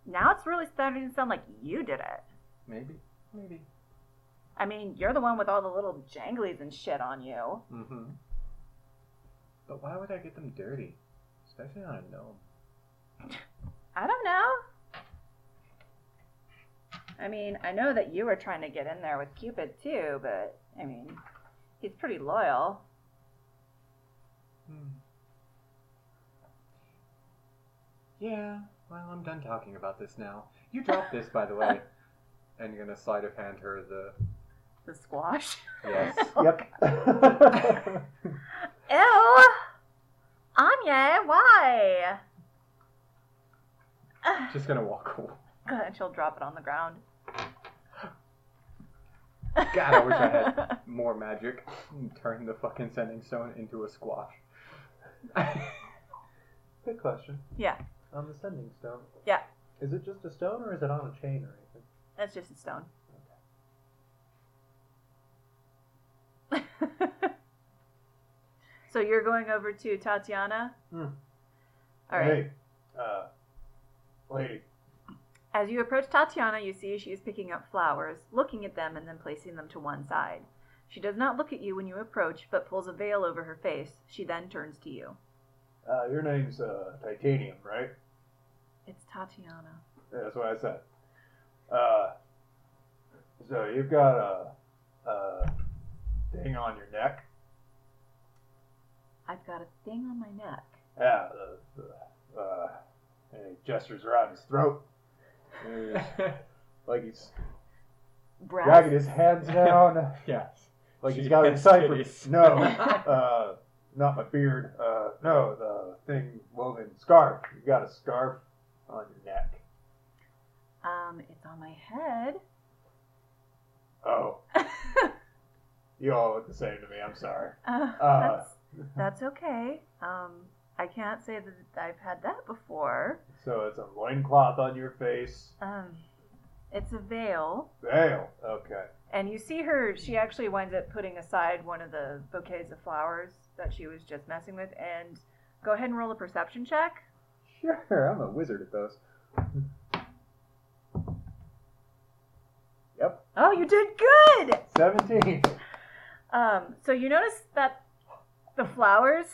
now it's really starting to sound like you did it. maybe, maybe. I mean, you're the one with all the little janglies and shit on you. Mm-hmm. But why would I get them dirty? Especially on a gnome. I don't know. I mean, I know that you were trying to get in there with Cupid too, but I mean, he's pretty loyal. Hmm. Yeah. Well, I'm done talking about this now. You dropped this, by the way. And you're gonna sleight of hand her the The squash. yes. yep. Ew! Anya, why? Ugh. Just gonna walk away. and she'll drop it on the ground. God, I wish I had more magic. Turn the fucking sending stone into a squash. Good question. Yeah, On the sending stone. Yeah. Is it just a stone or is it on a chain or anything? that's just a stone. so you're going over to Tatiana? Hmm. All right. Hey, uh, lady. As you approach Tatiana, you see she is picking up flowers, looking at them, and then placing them to one side. She does not look at you when you approach, but pulls a veil over her face. She then turns to you. Uh, your name's uh, Titanium, right? It's Tatiana. Yeah, That's what I said. Uh, so you've got a, a thing on your neck. I've got a thing on my neck. Yeah. The, the, uh, and he gestures around his throat. like he's dragging his hands down. yes. Like he's She got a has cipher. titties. No, uh, not my beard. Uh, no, the thing woven scarf. You got a scarf on your neck. Um, it's on my head. Oh. You all look the same to me. I'm sorry. Uh, Uh. that's, that's okay. Um, I can't say that I've had that before. So it's a loincloth on your face. Um, it's a veil. Veil. Okay. And you see her, she actually winds up putting aside one of the bouquets of flowers that she was just messing with. And go ahead and roll a perception check. Sure, I'm a wizard at those. Yep, Oh, you did good! 17. Um, so you notice that the flowers,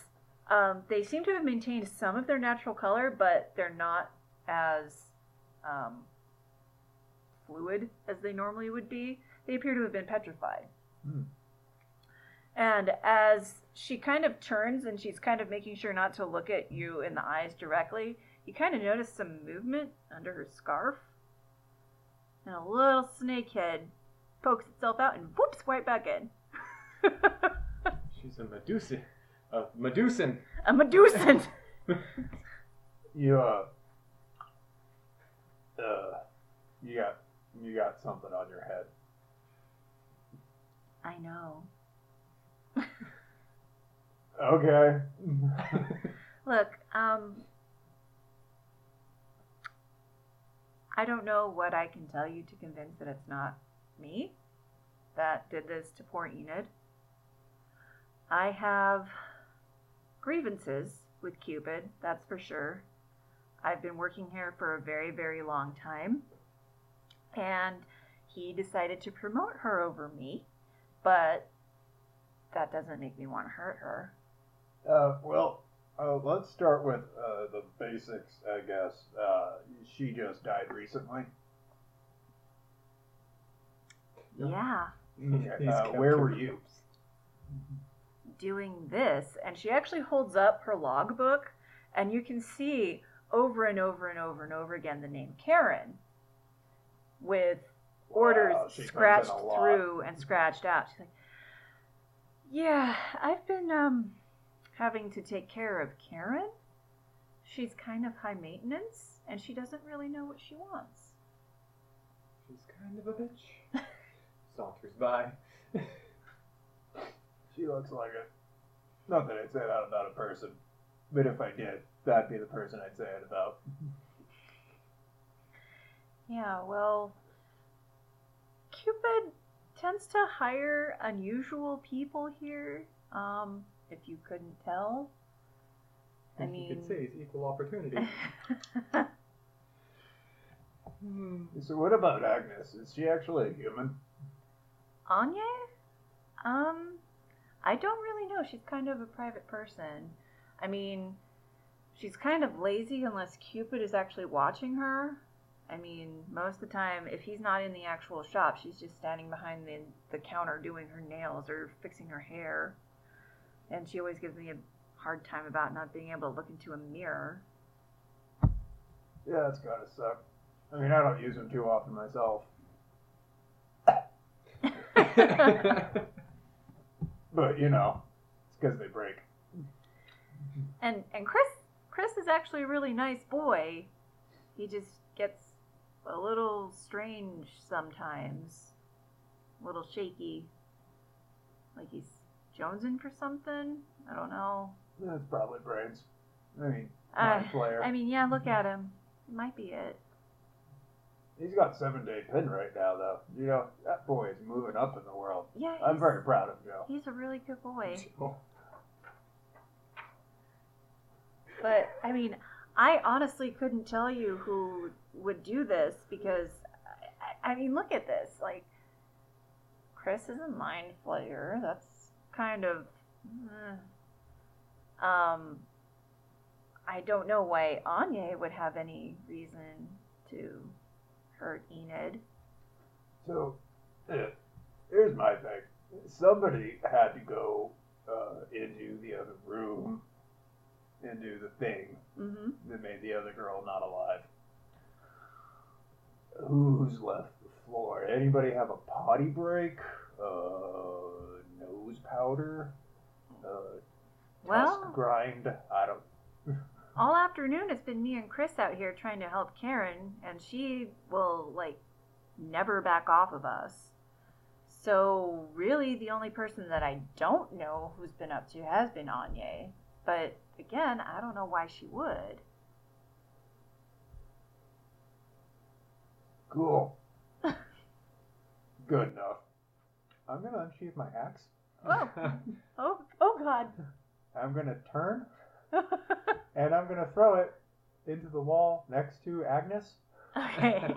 um, they seem to have maintained some of their natural color, but they're not as um, fluid as they normally would be. They appear to have been petrified. Hmm. And as she kind of turns and she's kind of making sure not to look at you in the eyes directly, you kind of notice some movement under her scarf. And a little snake head pokes itself out and whoops right back in. She's a Medusa. A Medusan. a Medusan. You uh, uh, you got you got something on your head. I know. Okay. Look, um, I don't know what I can tell you to convince that it's not me that did this to poor Enid. I have grievances with Cupid, that's for sure. I've been working here for a very, very long time, and he decided to promote her over me, but that doesn't make me want to hurt her. Uh, well, uh, let's start with uh, the basics, I guess. Uh, she just died recently. Yeah. Yeah. Okay, uh, where were you? doing this and she actually holds up her logbook and you can see over and over and over and over again the name Karen with orders Wow, she comes in scratched a lot. through and scratched out. She's like, "Yeah, I've been um having to take care of Karen. She's kind of high maintenance and she doesn't really know what she wants." She's kind of a bitch. Saunters by. She looks like a. Not that I'd say that about a person, but if I did, that'd be the person I'd say it about. Yeah, well, Cupid tends to hire unusual people here. Um, if you couldn't tell, I You could say mean, it's equal opportunity. So what about Agnes? Is she actually a human? Anya. Um, I don't really know. She's kind of a private person. I mean, she's kind of lazy unless Cupid is actually watching her. I mean, most of the time, if he's not in the actual shop, she's just standing behind the, the counter doing her nails or fixing her hair. And she always gives me a hard time about not being able to look into a mirror. Yeah, that's gotta suck. I mean, I don't use them too often myself, but you know, it's because they break. And and Chris Chris is actually a really nice boy. He just gets a little strange sometimes. A little shaky. Like he's jonesing for something. I don't know. That's probably brains. I mean, Uh, mind player. I mean, yeah, look at him. It might be it. He's got seven day pin right now, though. You know that boy is moving up in the world. Yeah. I'm he's- very proud of Joe. He's a really good boy. Oh, But I mean, I honestly couldn't tell you who would do this because, I, I mean, look at this. Like, Chris is a mind flayer. That's kind of. eh. Um, I don't know why Anya would have any reason to hurt Enid. So, eh, here's my thing. Somebody had to go uh, into the other room and do the thing Mm-hmm. that made the other girl not alive. Who's left the floor? Anybody have a potty break? Uh, nose powder? Uh, Well, tusk grind? I don't. all afternoon it's been me and Chris out here trying to help Karen, and she will like never back off of us. So, really, the only person that I don't know who's been up to has been Anya. But again, I don't know why she would. Cool. Good enough. I'm gonna unsheath my axe. Whoa. Oh, oh God. I'm gonna turn and I'm gonna throw it into the wall next to Agnes okay.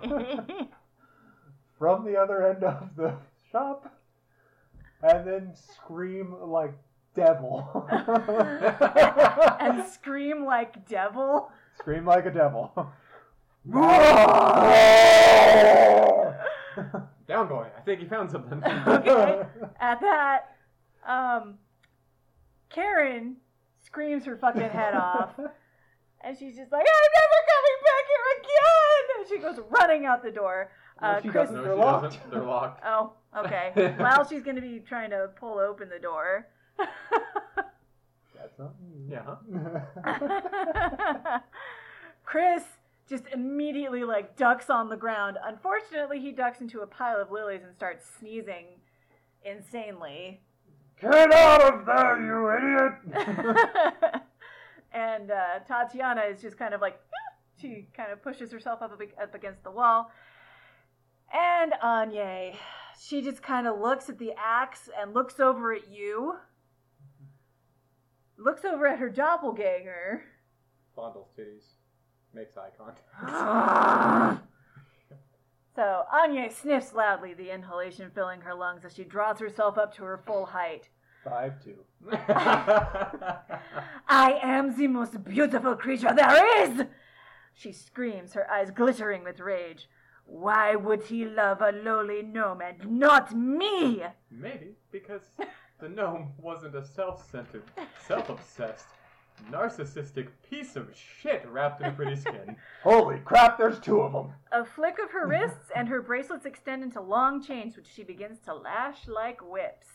from the other end of the shop, and then scream like devil. and scream like devil. scream like a devil. Down boy, I think he found something. Okay. At that, um, Karen screams her fucking head off. And she's just like, I'm never coming back here again! And she goes running out the door. Uh, she Chris- doesn't. no, They're she locked. doesn't. They're locked. Oh, okay. well, she's going to be trying to pull open the door. That's not me. Yeah. Huh? Chris just immediately like ducks on the ground. Unfortunately, he ducks into a pile of lilies and starts sneezing insanely. Get out of there, you idiot! and uh, Tatiana is just kind of like, "Ah," she kind of pushes herself up, ab- up against the wall. And Anya, she just kind of looks at the axe and looks over at you, looks over at her doppelganger. Fondles titties, makes eye contact. So Anya sniffs loudly, the inhalation filling her lungs as she draws herself up to her full height. Five two. I am the most beautiful creature there is! She screams, her eyes glittering with rage. Why would he love a lowly gnome and not me? Maybe because the gnome wasn't a self-centered, self-obsessed, narcissistic piece of shit wrapped in pretty skin. Holy crap, there's two of them. A flick of her wrists and her bracelets extend into long chains, which she begins to lash like whips.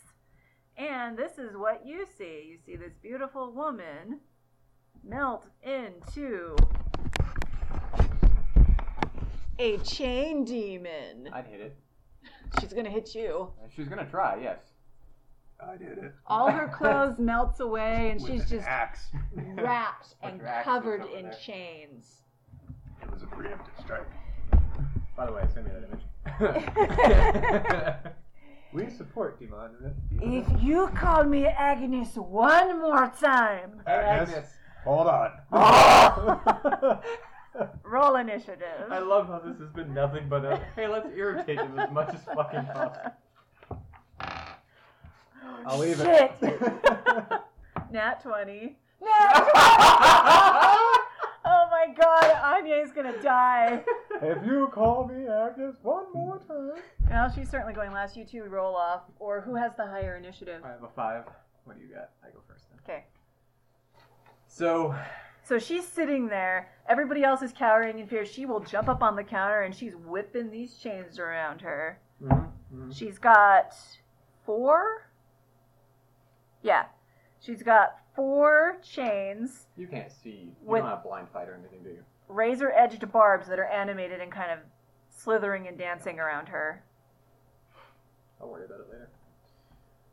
And this is what you see. You see this beautiful woman melt into a chain demon. I'd hit it. She's gonna hit you. She was gonna try, yes. I did it. All her clothes melts away, and With she's an just axe. wrapped Put and your axe covered over in there. chains. It was a preemptive strike. By the way, send me that image. We support Demon. If you call me Agnes one more time, Agnes, hold on. roll initiative. I love how this has been nothing but a hey, let's irritate them as much as fucking possible. I'll leave Shit. it. Nat 20. Nat 20! oh my god, Anya's gonna die. if you call me Agnes one more time. Well, she's certainly going last. You two roll off. Or who has the higher initiative? I have a five. What do you got? I go first then. Okay. So So she's sitting there. Everybody else is cowering in fear. She will jump up on the counter and she's whipping these chains around her. Mm-hmm, She's got four? Yeah. She's got four chains, you can't see. You With- don't have blind fight or anything, do you? razor edged barbs that are animated and kind of slithering and dancing around her. I'll worry about it later.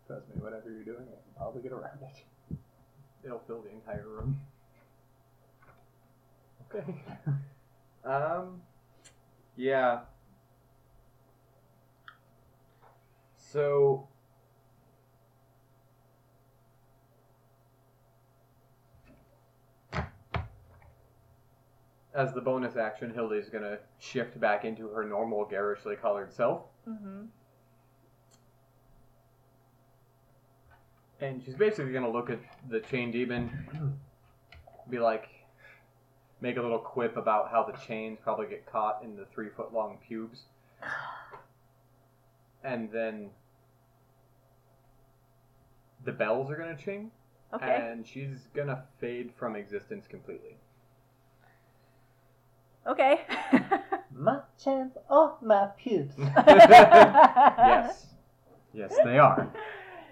Trust me, whatever you're doing, I can probably get around it. It'll fill the entire room. Okay. um. Yeah. So. As the bonus action, Hildy's gonna shift back into her normal garishly colored self. Mm-hmm. And she's basically gonna look at the chain demon, be like, make a little quip about how the chains probably get caught in the three foot long pubes, and then the bells are gonna ching, Okay. and she's gonna fade from existence completely. okay. My chance, oh my pubes. yes, yes, they are.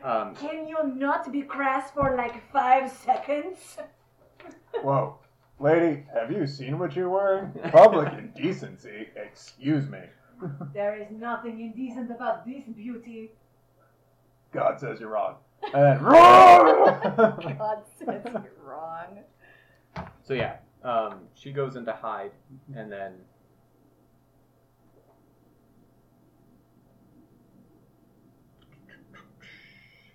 Um, Can you not be crass for like five seconds? Whoa. Lady, have you seen what you're wearing? Public indecency. Excuse me. There is nothing indecent about this beauty. God says you're wrong. And then, "Roar!" God says you're wrong. So yeah, um, she goes into hide, and then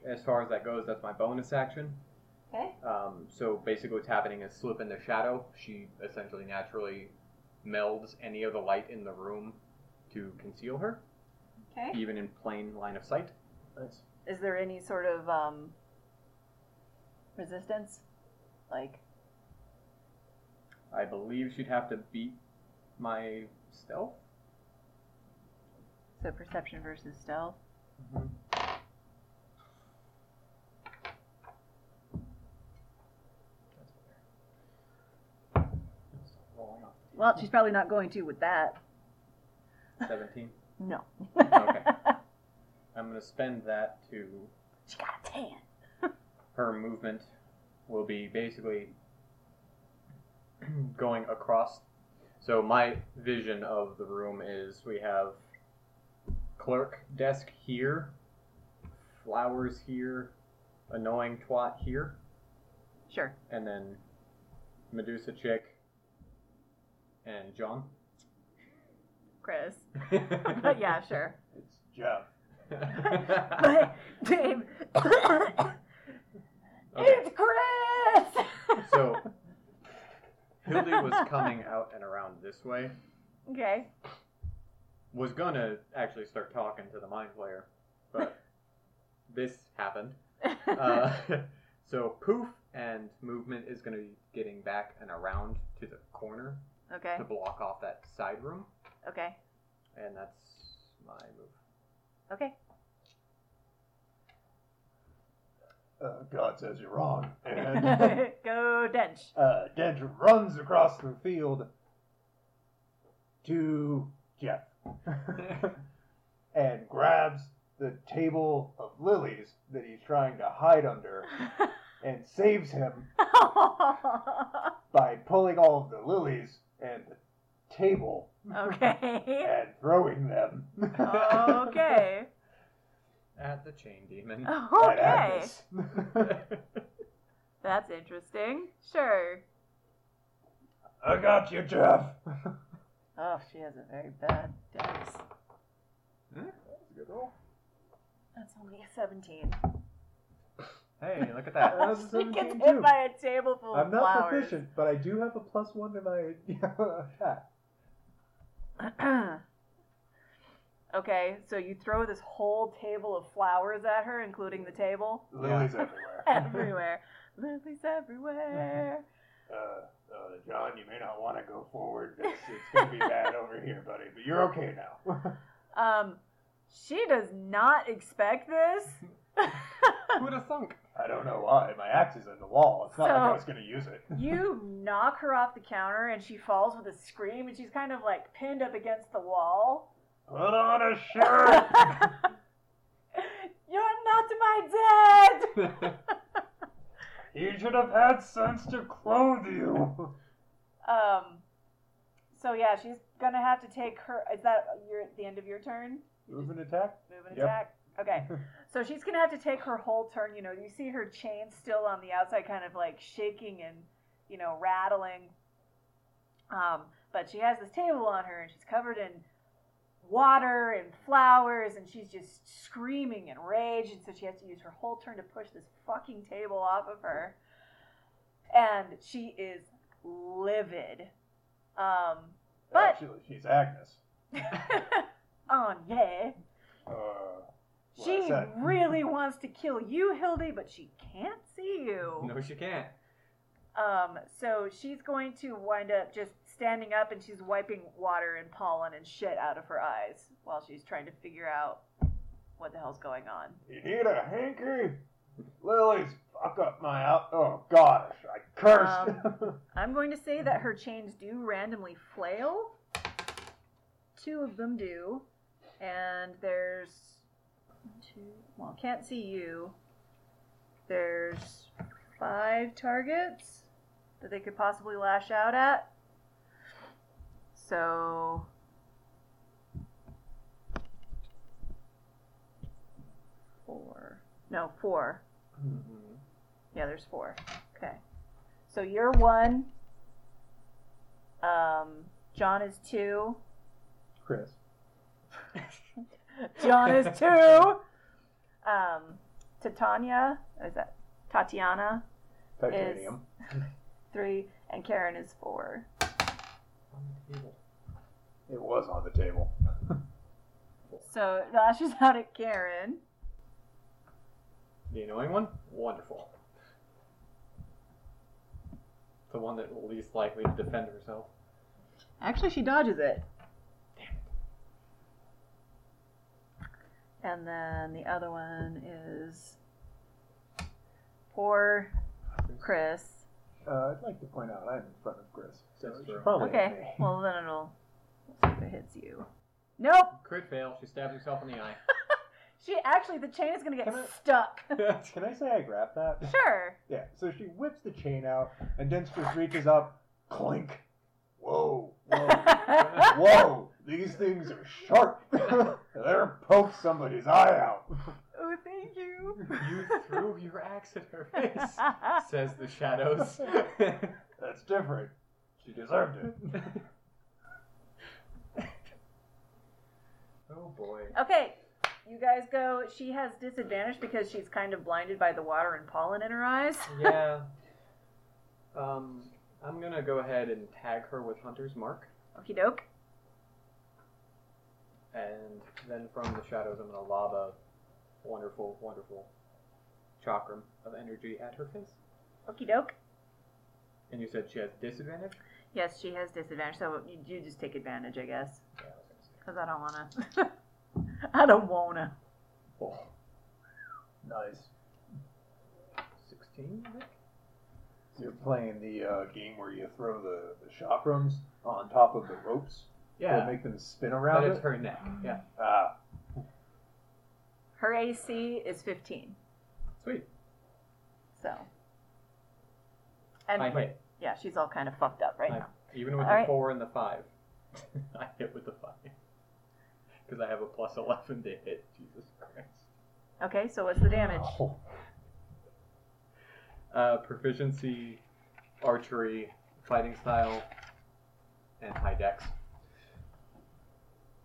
as far as that goes, that's my bonus action. Okay. Um, so basically, what's happening is slip into shadow. She essentially naturally melds any of the light in the room to conceal her, Okay. even in plain line of sight. Nice. Is there any sort of um, resistance? Like, I believe she'd have to beat my stealth. so perception versus stealth? Rolling off. Well, she's probably not going to with that. Seventeen. No. Okay. I'm gonna spend that to she got a tan. her movement will be basically going across. So my vision of the room is we have clerk desk here, flowers here, annoying twat here, Sure. and then Medusa chick and John. Chris. But yeah, sure. It's Jeff. But, babe. okay. It's Chris! So Hildy was coming out and around this way. okay. was gonna actually start talking to the mind player, but this happened. Uh, so poof and movement is gonna be getting back and around to the corner okay. to block off that side room, Okay. and that's my move. Okay. Uh, God says you're wrong. And Go Dench. uh, Dendra runs across the field to Jeff and grabs the table of lilies that he's trying to hide under and saves him by pulling all of the lilies and the table okay. and throwing them. Okay. At the chain demon. Oh. At Okay. Agnes. That's interesting. Sure. I got you, Jeff. Oh, she has a very bad dex. Good roll. That's only a 17. hey, look at Uh, that. that's a She gets 17 hit too. by a table full I'm of not flowers. proficient, but I do have a plus one to my attack. okay, so you throw this whole table of flowers at her, including the table? Lilies everywhere. Everywhere. Lilies everywhere. Uh, uh, John, you may not want to go forward. It's, it's going to be bad over here, buddy. But you're okay now. Um, she does not expect this. Who'd have thunk? I don't know why. My axe is in the wall. It's not like I was going to use it. you knock her off the counter and she falls with a scream and she's kind of like pinned up against the wall. Put on a You're shirt. not my dad! You should have had sense to clothe you. Um, so yeah, she's gonna have to take her. Is that your the end of your turn? Move and attack. Move and Yep. attack. Okay. So she's gonna have to take her whole turn. You know, you see her chain still on the outside, kind of like shaking and you know rattling. Um, but she has this table on her, and she's covered in water and flowers, and she's just screaming in rage. And so she has to use her whole turn to push this fucking table off of her, and she is livid. Um, but Actually, she's Agnes. oh yeah. Uh, what I She said. really wants to kill you, Hildy, but she can't see you. No, she can't. Um, so she's going to wind up just standing up and she's wiping water and pollen and shit out of her eyes while she's trying to figure out what the hell's going on. You need a hanky? Lilies, fuck up my out. Oh, gosh. I cursed. I'm going to say that her chains do randomly flail. Two of them do. And there's two. Well, can't see you. There's five targets that they could possibly lash out at. So. Four. No, four. Mm-hmm. Yeah, there's four. Okay. So you're one. Um, John is two. Chris. John is two. Um, Titania, or is that Tatiana? Titanium. Three. And Karen is four. It was on the table. So it lashes out at Karen. The annoying one? Wonderful. The one that will least likely to defend herself. Actually, she dodges it. And then the other one is poor Chris. Uh, I'd like to point out I'm in front of Chris. So That's it true. should probably hit Okay, me. well then it'll see if it hits you. Nope. Crit fail, she stabs herself in the eye. She actually the chain is gonna get Can I- stuck. Can I say I grabbed that? sure. Yeah. So she whips the chain out, and Denstress reaches up, clink. Whoa, whoa, Oh, whoa! These things are sharp. They're poke somebody's eye out. Oh, thank you. you threw your axe at her face, says the shadows. That's different. She deserved it. oh boy. okay, you guys go. She has disadvantage because she's kind of blinded by the water and pollen in her eyes. Yeah. Um, I'm gonna go ahead and tag her with Hunter's Mark, Okie doke. and then from the shadows, I'm gonna lob a wonderful, wonderful chakram of energy at her face. Okie doke. And you said she has disadvantage? Yes, she has disadvantage, so you do just take advantage, I guess. Yeah, I was gonna say. Because I don't wanna. I don't wanna. Oh, Nice. 16, I think? You're playing the uh, game where you throw the, the chakrams on top of the ropes. Yeah. To make them spin But around it's it. her neck. Yeah. Ah, Her AC is 15, Sweet. so. And I hit. yeah, she's all kind of fucked up right I- now. Even with All the right. four and the five, I hit with the five because I have a plus eleven to hit. Jesus Christ. Okay, so what's the damage? Uh, proficiency, archery, fighting style, and high dex,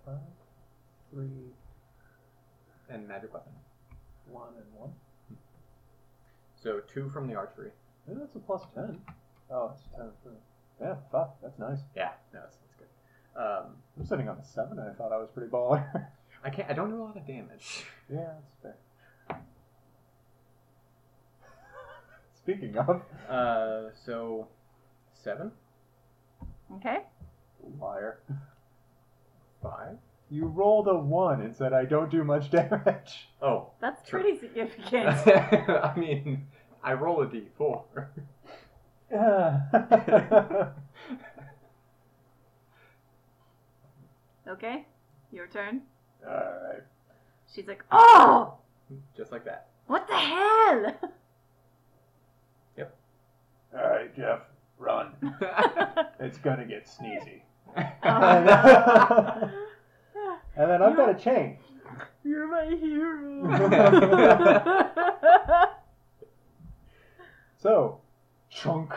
five, three, and magic weapon. one, and one. So two from the archery. Yeah, that's a plus ten. Oh, it's ten for. Yeah, fuck, that's nice. Yeah, no, that's, that's good. Um, I'm sitting on a seven. I thought I was pretty baller. I can't. I don't do a lot of damage. yeah, that's fair. Speaking of Uh, so seven, Okay. liar, five. you rolled a one and said I don't do much damage. Oh, That's Sure. pretty significant. I mean, I roll a d four. Yeah. okay, your turn. All right. She's like, oh, Just like that. what the hell? All right, Jeff, run. It's gonna get sneezy. Oh, And then I've got a chain. You're my So, chunk,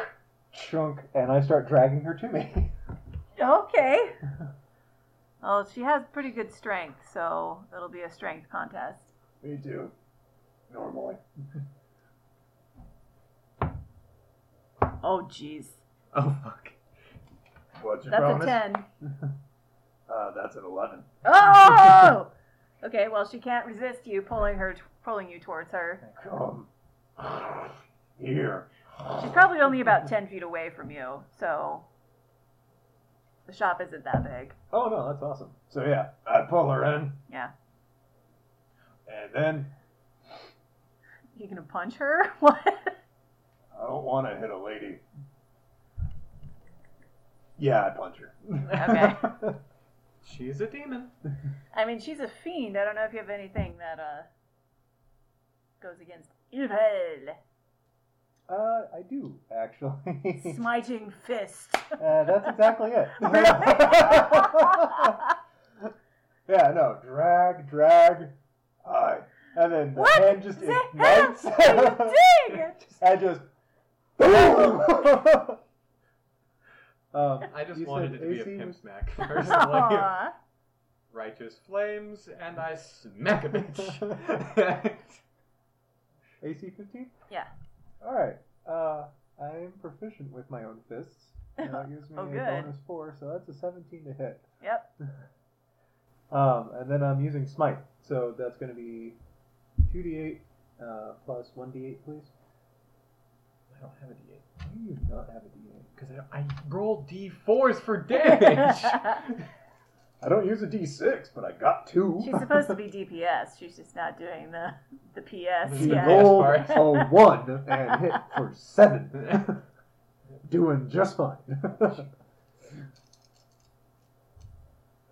chunk, and I start dragging her to me. okay. Oh, she has pretty good strength, so it'll be a strength contest. Me too. Normally. Oh, jeez. oh fuck. What's your That's bonus? a 10. Uh, that's an 11. Oh! okay, well, she can't resist you pulling her, pulling you towards her. Come here. She's probably only about 10 feet away from you, so the shop isn't that big. Oh no, that's awesome. So yeah, I pull her in, Yeah. and then You gonna punch her? What? I don't want to hit a lady. Yeah, I punch her. Okay. She's a demon. I mean, she's a fiend. I don't know if you have anything that uh goes against evil. Uh, I do actually. Smiting fist. uh, that's exactly it. Really? yeah, no, drag, drag. Hi, And then the What hand just the ignites. hell Dang it! and just boom. um, I just you wanted said it to be a AC pimp was- smack. Personally. Aw. Righteous flames, and I smack a bitch. AC fifteen. Yeah. All right. Uh, I am proficient with my own fists. And that gives me Oh, a good. bonus four, so that's a seventeen to hit. Yep. Um, and then I'm using smite, so that's going to be two d eight uh, plus one d eight, please. I don't have a D8 Why do you not have a d eight? because I, don't- I roll D4s for damage. I don't use a d6, but I got two. She's supposed to be DPS. She's just not doing the the PS The You yet. roll. rolled Yes, a one and hit for seven. Doing just fine.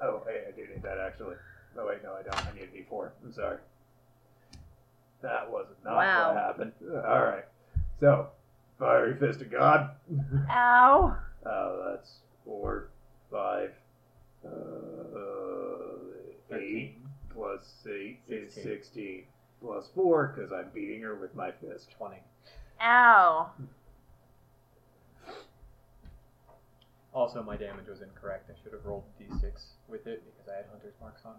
Oh, hey, I do need that actually. Oh wait, no, I don't. I need a D4. I'm sorry. That was not Wow. what happened. All right. So, fiery fist of God. Ow! Uh, that's four, five, uh, eight Thirteen. plus eight is Sixteen. sixteen. Plus four, because I'm beating her with my fist. Twenty. Ow! Also, my damage was incorrect. I should have rolled D6 with it because I had hunter's marks on her.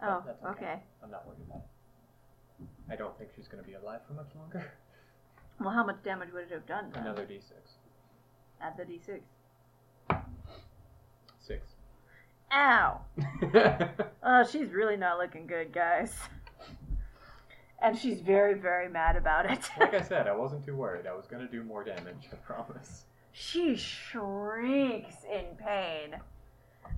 But Oh, that's okay. I'm not worried about it. I don't think she's going to be alive for much longer. Well, how much damage would it have done then? Another D6. Add the d6. Six. Ow! Oh, she's really not looking good, guys. And she's very, very mad about like it. I said, I wasn't too worried. I was going to do more damage, I promise. she shrieks in pain.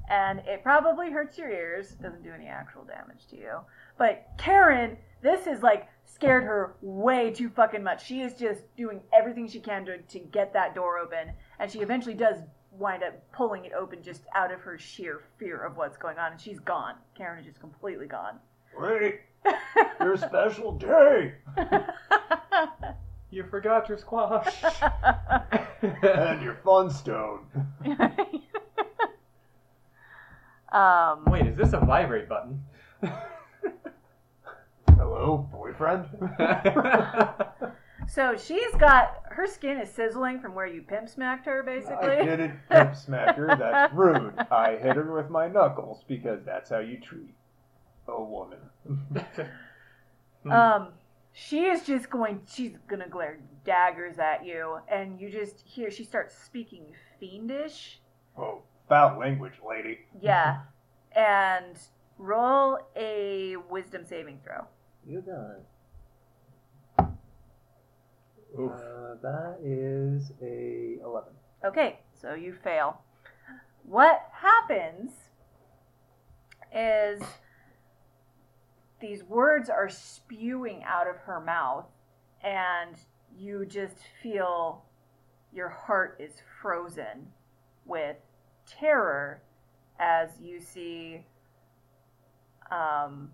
And it probably hurts your ears. Doesn't do any actual damage to you. But Karen, this has like scared her way too fucking much. She is just doing everything she can to, to get that door open. And she eventually does wind up pulling it open just out of her sheer fear of what's going on. And she's gone. Karen is just completely gone. Wait, your special day. You forgot your squash. and your fun stone. um, Wait, is this a vibrate button? Hello, boyfriend. so she's got her skin is sizzling from where you pimp smacked her, I basically. didn't pimp smack her. That's rude. I hit her with my knuckles because that's how you treat a woman. Um, she is just going. She's gonna glare daggers at you, and you just hear she starts speaking fiendish. Oh, foul language, lady. Yeah, and roll a wisdom saving throw. You die. Oof. Uh, that is a eleven. Okay, so you fail. What happens is these words are spewing out of her mouth, and you just feel your heart is frozen with terror as you see um,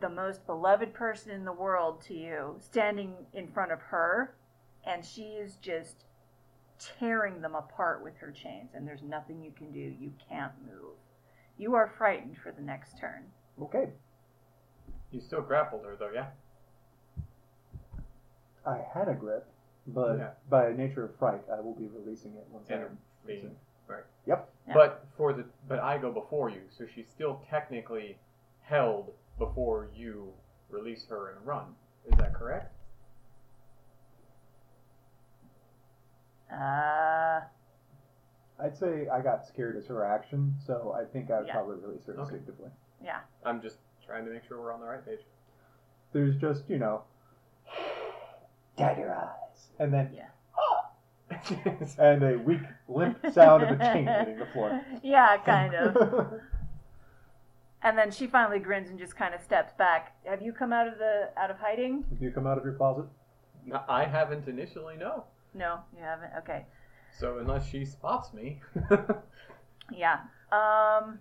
the most beloved person in the world to you standing in front of her, and she is just tearing them apart with her chains, and there's nothing you can do. You can't move. You are frightened for the next turn. Okay. You still grappled her, though, yeah? I had a grip, but Yeah. by nature of fright, I will be releasing it once And I'm being right. Yep. Yeah. But for the but I go before you, so she's still technically held before you release her and run. Is that correct? Uh, I'd say I got scared as her action, so I think I would Yeah. probably release her Okay. instinctively. yeah. I'm just trying to make sure we're on the right page. There's just, you know, dagger eyes. And then, Yeah. and a weak, limp sound of a chain hitting the floor. Yeah, kind of. and then she finally grins and just kind of steps back. Have you come out of the out of hiding? if you come out of your closet, No, I haven't initially, no. No, you haven't. Okay. So unless she spots me, Yeah. Um.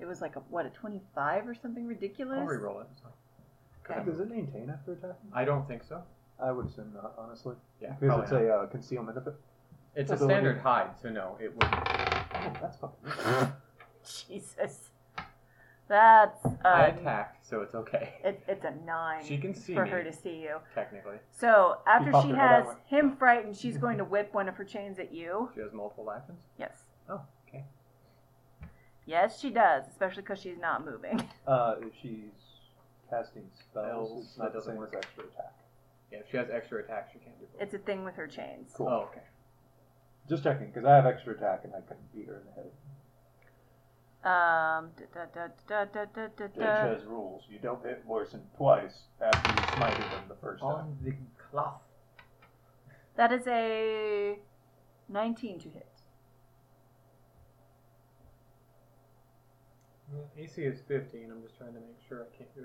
It was like a what a twenty-five or something ridiculous. I'll re-roll it. It's fine. Okay. does it maintain after attacking? I don't think so. I would assume not, honestly. Yeah, Because probably it's not. a uh, concealment of it. It's a ability. standard hide, so no, it wouldn't. Oh, that's fucking. Jesus. That's I a, attacked, so it's okay. it, it's a nine She can see for me, her to see you. technically. So after popped she her head out has him frightened, she's going to whip one of her chains at you. She has multiple actions. Yes. Oh, okay. Yes, she does, especially because she's not moving. Uh, if she's casting Spells, spells, it's that not the doesn't same as work. extra attack. Yeah, if she has extra attacks, she can't do both. It's a thing with her chains. Cool. Oh, okay. Just checking, because I have extra attack and I couldn't beat her in the head. Um, da, da, da, da, da, da, da, Judge da. has rules. You don't hit Morrison twice after you smited him the first time. On the cloth. That is a 19 to hit. Well, AC Hmm, is 15. I'm just trying to make sure I can't do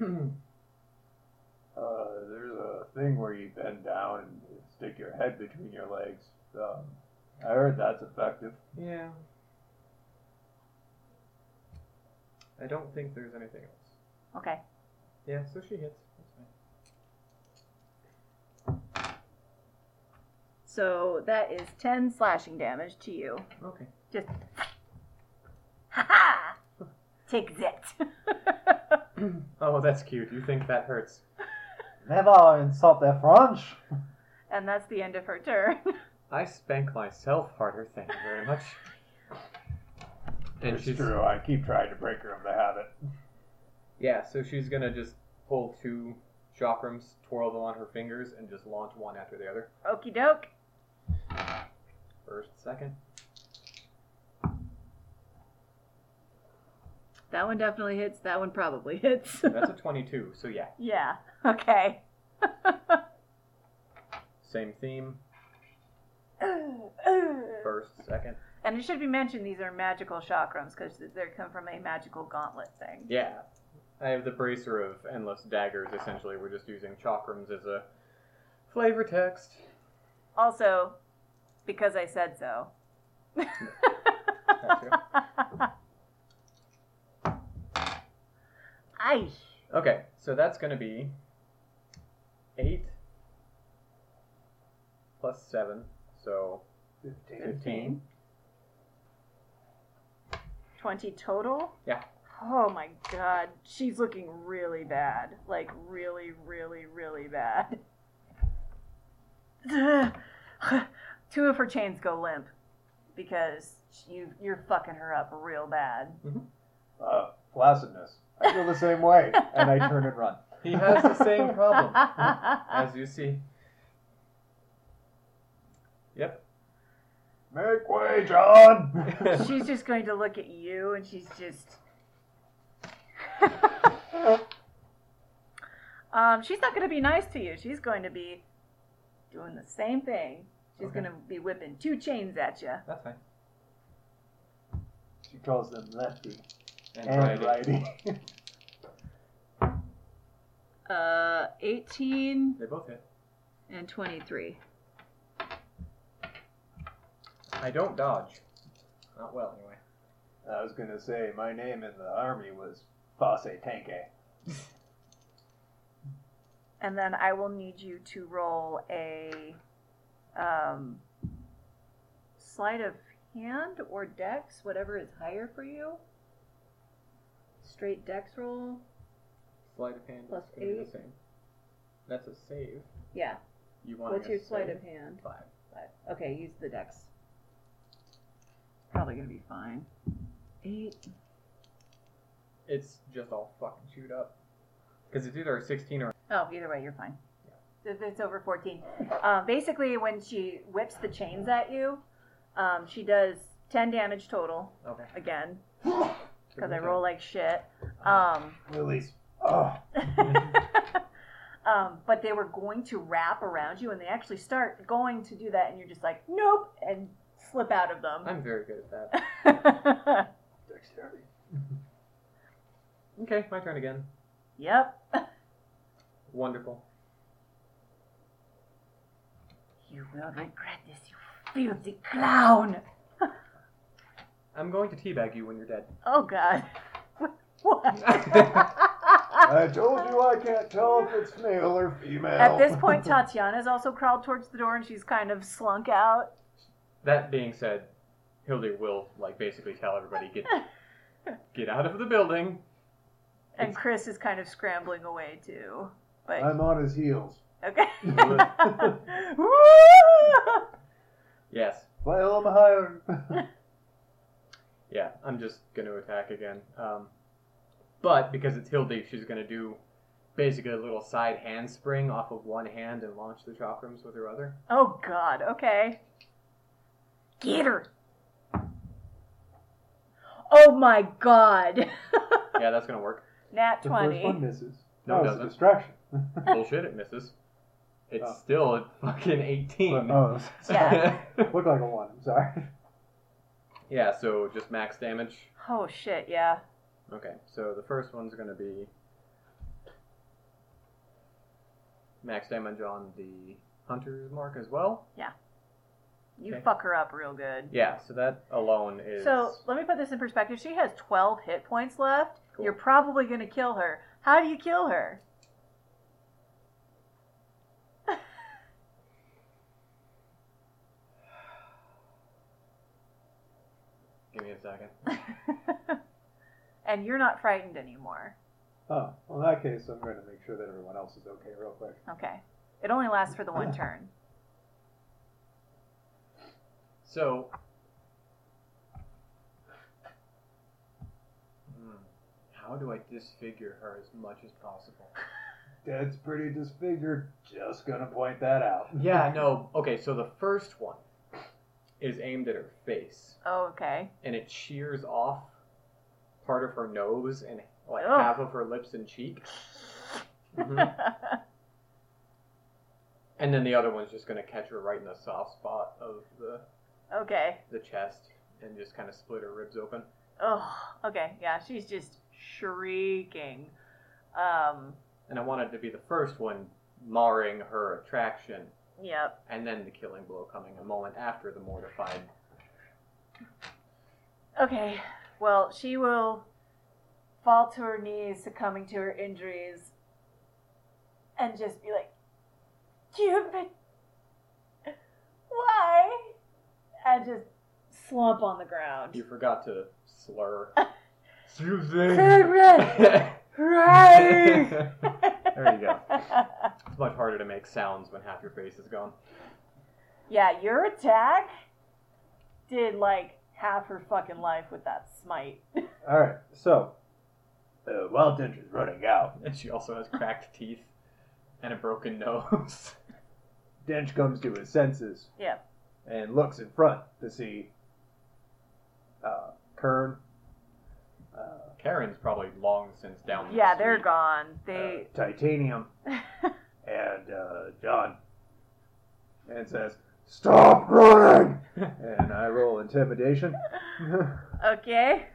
anything else. Uh, there's a thing where you bend down and stick your head between your legs. Um, I heard that's effective. yeah. I don't think there's anything else. Okay. Yeah, so she hits. That's fine. So that is 10 slashing damage to you. Okay. Just. Ha ha! Take that. Oh, that's cute. You think that hurts? Never insult the French! and that's the end of her turn. I spank myself harder. Thank you very much. And it's she's true. I keep trying to break her of the habit. yeah. So she's gonna just pull two chakrams, twirl them on her fingers, and just launch one after the other. Okie doke. First, second. That one definitely hits. That one probably hits. That's a twenty-two. So yeah, yeah. Okay. same theme. and First, second. it should be mentioned these are magical chakrams because they come from a magical gauntlet thing. Yeah. I have the bracer of endless daggers. Essentially, we're just using chakrams as a flavor text. Also, because I said so. That's true. Aish. Okay, so that's going to be 8 plus 7, so 15. 15. 20 total? Yeah. Oh my god. She's looking really bad. Like, really, really, really bad. Two of her chains go limp because you, you're fucking her up real bad. Uh, flaccidness. I feel the same way, and I turn and run. He has the same problem, as you see. Yep. Make way, John. she's just going to look at you and she's just. um, she's not going to be nice to you. She's going to be doing the same thing. She's Okay. going to be whipping two chains at you. that's fine. She calls them lefty And, and righty. righty. Uh, 18 They both hit. and 23. I don't dodge. Not well, anyway. I was gonna say my name in the army was Fosse Tanke. And then I will need you to roll a um, sleight of hand or dex, whatever is higher for you. Straight dex roll. Sleight of hand Plus is gonna be eight. the same. That's a save. Yeah. You want What's a your sleight save? of hand? Five. Five. Okay, use the dex. Probably gonna be fine. Eight. It's just all fucking chewed up. Because it's either a 16 or. Oh, either way, you're fine. If It's over 14. Um, basically, when she whips the chains at you, um, she does 10 damage total Okay. again because I roll like shit. Um, Willie's. Oh, um, but they were going to wrap around you, and they actually start going to do that, and you're just like, nope, and slip out of them. I'm very good at that. dexterity. Okay, my turn again. yep. Wonderful. You will regret this, you filthy clown! I'm going to teabag you when you're dead. Oh god. what? I told you I can't tell if it's male or female. At this point, Tatiana's also crawled towards the door and she's kind of slunk out. That being said, Hildy will like basically tell everybody get Get out of the building. And Chris is kind of scrambling away too. But I'm on his heels. okay. Woo! Yes. Well, I'm hired. Yeah, I'm just going to attack again. Um, but because it's Hildy, she's going to do basically a little side handspring off of one hand and launch the chakrams with her other. oh God. Okay. Get her. Oh my God. Yeah, that's going to work. Nat The first one twenty. misses. No, that it was a doesn't. distraction. Bullshit, it misses. It's Oh. still at fucking 18. Oh, Yeah. looked like a one. I'm sorry. yeah, so just max damage. Oh shit. Yeah. Okay, so the first one's going to be max damage on the hunter's mark as well. You Okay. fuck her up real good. Yeah, so that alone is. So let me put this in perspective. She has 12 hit points left. Cool. You're probably going to kill her. How do you kill her? Give me a second. and you're not frightened anymore. Oh, well, in that case, I'm going to make sure that everyone else is okay real quick. Okay. It only lasts for the one turn. So. Hmm. How do I disfigure her as much as possible? Dad's pretty disfigured. Just going to point that out. Yeah, no. Okay, so the first one is aimed at her face, Oh, okay. and it shears off part of her nose and like Ugh. half of her lips and cheek. Mhm. and then the other one's just gonna catch her right in the soft spot of the okay. the chest and just kind of split her ribs open. Oh, okay. Yeah, she's just shrieking. Um, And I wanted to be the first one marring her attraction yep. and then the killing blow coming a moment after the mortified. Okay. Well, she will fall to her knees, succumbing to her injuries, and just be like, Cupid, why? And just slump on the ground. You forgot to slur. Cupid, right? there you go. It's much harder to make sounds when half your face is gone. Yeah, your attack did like half her fucking life with that smite. All right, so Uh, Wild Tinge is running out. And she also has cracked teeth and a broken nose. Dench comes to his senses Yeah. and looks in front to see uh, Kern, uh, Karen's probably long since down the Yeah, they're street. gone. uh, They Titanium, And uh, John. and says, "Stop running!" and I roll intimidation. okay.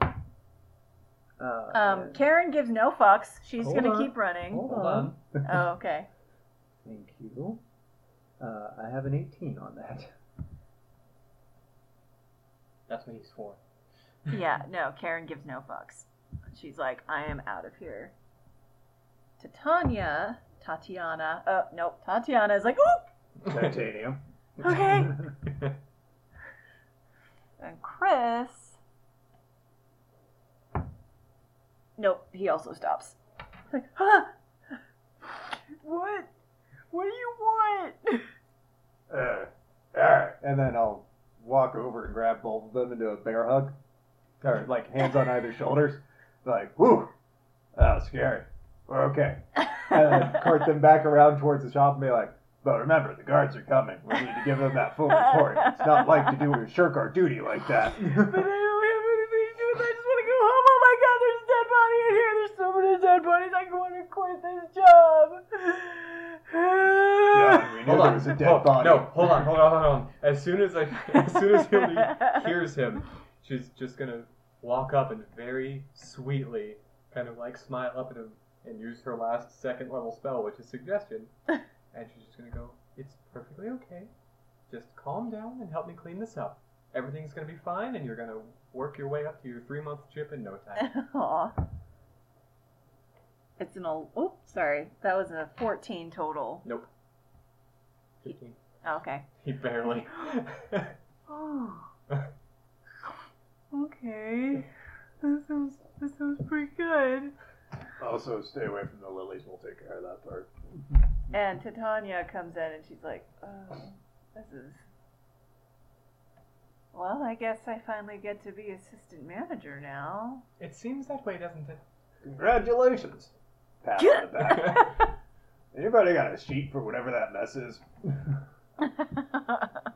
Uh, Um, and- Karen gives no fucks. She's Hold gonna on. keep running. hold on. Oh, okay. Thank you. Uh, I have an 18 on that. That's what he's for. Yeah, no, Karen gives no fucks. She's like, I am out of here. Titania, Tatiana. Oh nope, Tatiana is like, ooh, Titanium. okay. and Chris. Nope, he also stops. Like, huh? What? What do you want? Uh, alright. and then I'll walk over and grab both of them into a bear hug, or like hands on either shoulders, like whoo, That was scary. We're okay. and then cart them back around towards the shop and be like, But remember, the guards are coming. We need to give them that full report. It's not like to do shirk our duty like that. But I don't have anything to do with it. I just want to go home. Oh my god, there's a dead body in here. There's so many dead bodies. I want to quit this job. Yeah, we knew Hold there on. was a dead Hold- body. No, hold on, hold on, hold on. As soon as I, as soon as Hildy hears him, she's just gonna walk up and very sweetly, kind of like smile up at him and use her last second level spell, which is suggestion. And she's just gonna go, "It's perfectly okay. Just calm down and help me clean this up. Everything's gonna be fine, and you're gonna work your way up to your three month chip in no time." Aw. It's an old. Oops, sorry. That was a 14 total. Oh, Nope. Fifteen. Okay. He barely. Oh. okay. Okay. That sounds that sounds pretty good. Also, stay away from the lilies. We'll take care of that part. And Titania comes in and she's like, oh, this is. Well, I guess I finally get to be assistant manager now. It seems that way, doesn't it? Congratulations. Pat on the back. Anybody got a sheet for whatever that mess is?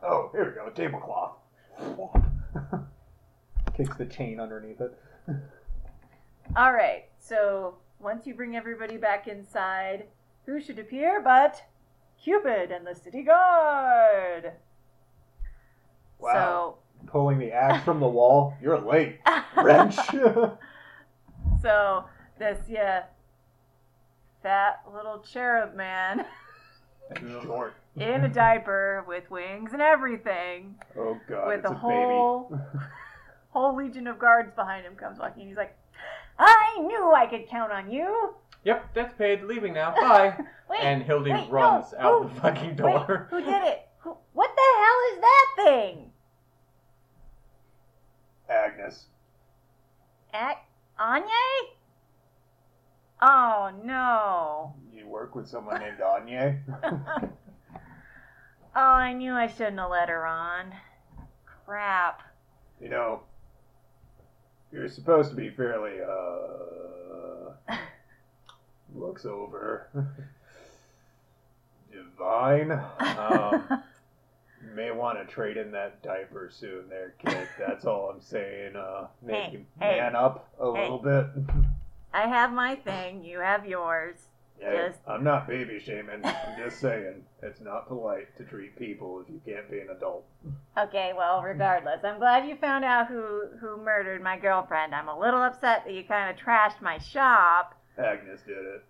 Oh, here we go. Tablecloth. Kicks the chain underneath it. All right, so once you bring everybody back inside, who should appear but Cupid and the city guard? Wow. Pulling the axe from the wall. You're late. So, Wrench. so this, yeah, fat little cherub man And short. in a diaper with wings and everything. Oh, God. with it's a a, whole whole legion of guards behind him comes walking. and He's like, "I knew I could count on you." Yep, that's paid. Leaving now. Bye. Wait, and Hildy wait, runs no, out move. the fucking wait, door. who did it? Who, what the hell is that thing? baby. Agnes. At Anya? Oh no! You work with someone named Anya? Oh, I knew I shouldn't have let her on. Crap. You know, you're supposed to be fairly, uh. looks over. Divine. Um. You may want to trade in that diaper soon, there, kid. That's all I'm saying. Uh, make Hey, you hey, man up a hey. little bit. I have my thing. You have yours. Hey, Just- I'm not baby shaming. I'm just saying it's not polite to treat people if you can't be an adult. Okay, well, regardless, I'm glad you found out who who murdered my girlfriend. I'm a little upset that you kind of trashed my shop. Agnes did it.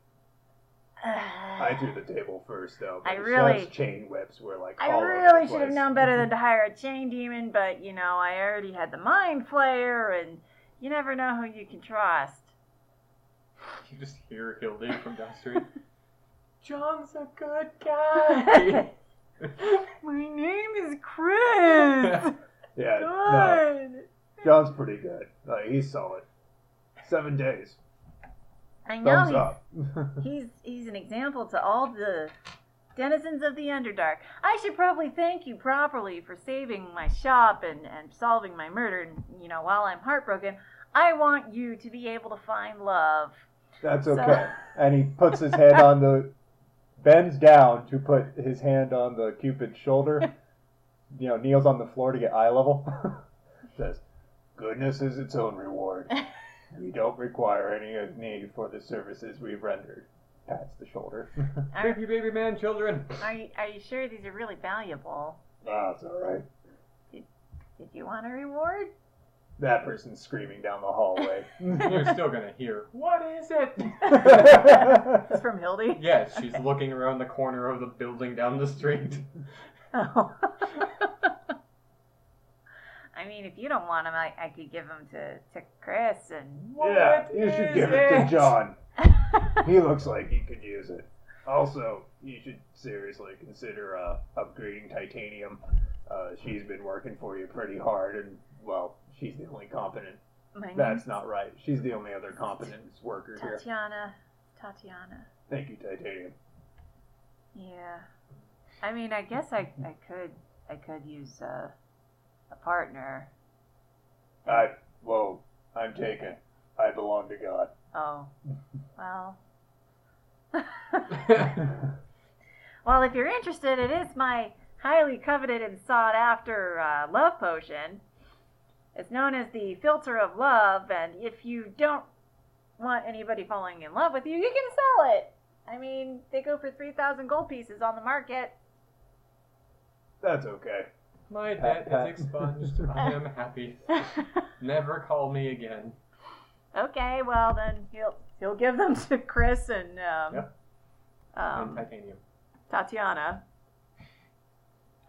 I threw the table first, though. I but really- Shad's chain whips were like. I all over really the should have place. Mm-hmm. known better than to hire a chain demon, but you know, I already had the mind flayer, and you never know who you can trust. You just hear Hildy from down the street. John's a good guy. My name is Chris. Yeah, no, God. John's pretty good. Uh, he's solid. Seven days. I know Thumbs he's up. He's he's an example to all the denizens of the Underdark. I should probably thank you properly for saving my shop and, and solving my murder. And, you know, while I'm heartbroken, I want you to be able to find love. That's So- okay. And he puts his head on the bends down to put his hand on the cupid's shoulder. You know, kneels on the floor to get eye level. says, Goodness is its own reward. we don't require any of need for the services we've rendered. Pats the shoulder. Are, baby, baby, man, children. are, you, are you sure these are really valuable? That's alright. Did you want a reward? That person's screaming down the hallway. You're still gonna hear. What is it? It's from Hildy. yes, she's looking around the corner of the building down the street. Oh. I mean, if you don't want them, I, I could give them to, to Chris and yeah, What you should is give it to it? John. he looks like he could use it. Also, you should seriously consider uh, upgrading titanium. Uh, she's been working for you pretty hard, and well, she's the only competent. my name's That's not right. She's the only other competent worker here. Tatiana. Tatiana. Thank you, titanium. Yeah. I mean, I guess I, I could I could use a, a partner. I whoa, I'm taken. I belong to God. Oh, well. well, if you're interested, it is my highly coveted and sought after uh, love potion. It's known as the filter of love, and if you don't want anybody falling in love with you, you can sell it. I mean, they go for 3,000 gold pieces on the market. That's okay. My Pat, debt pat. is expunged. I am happy. Never call me again. Okay, well then he'll he'll give them to Chris and um, Yep. um, and titanium. Tatiana.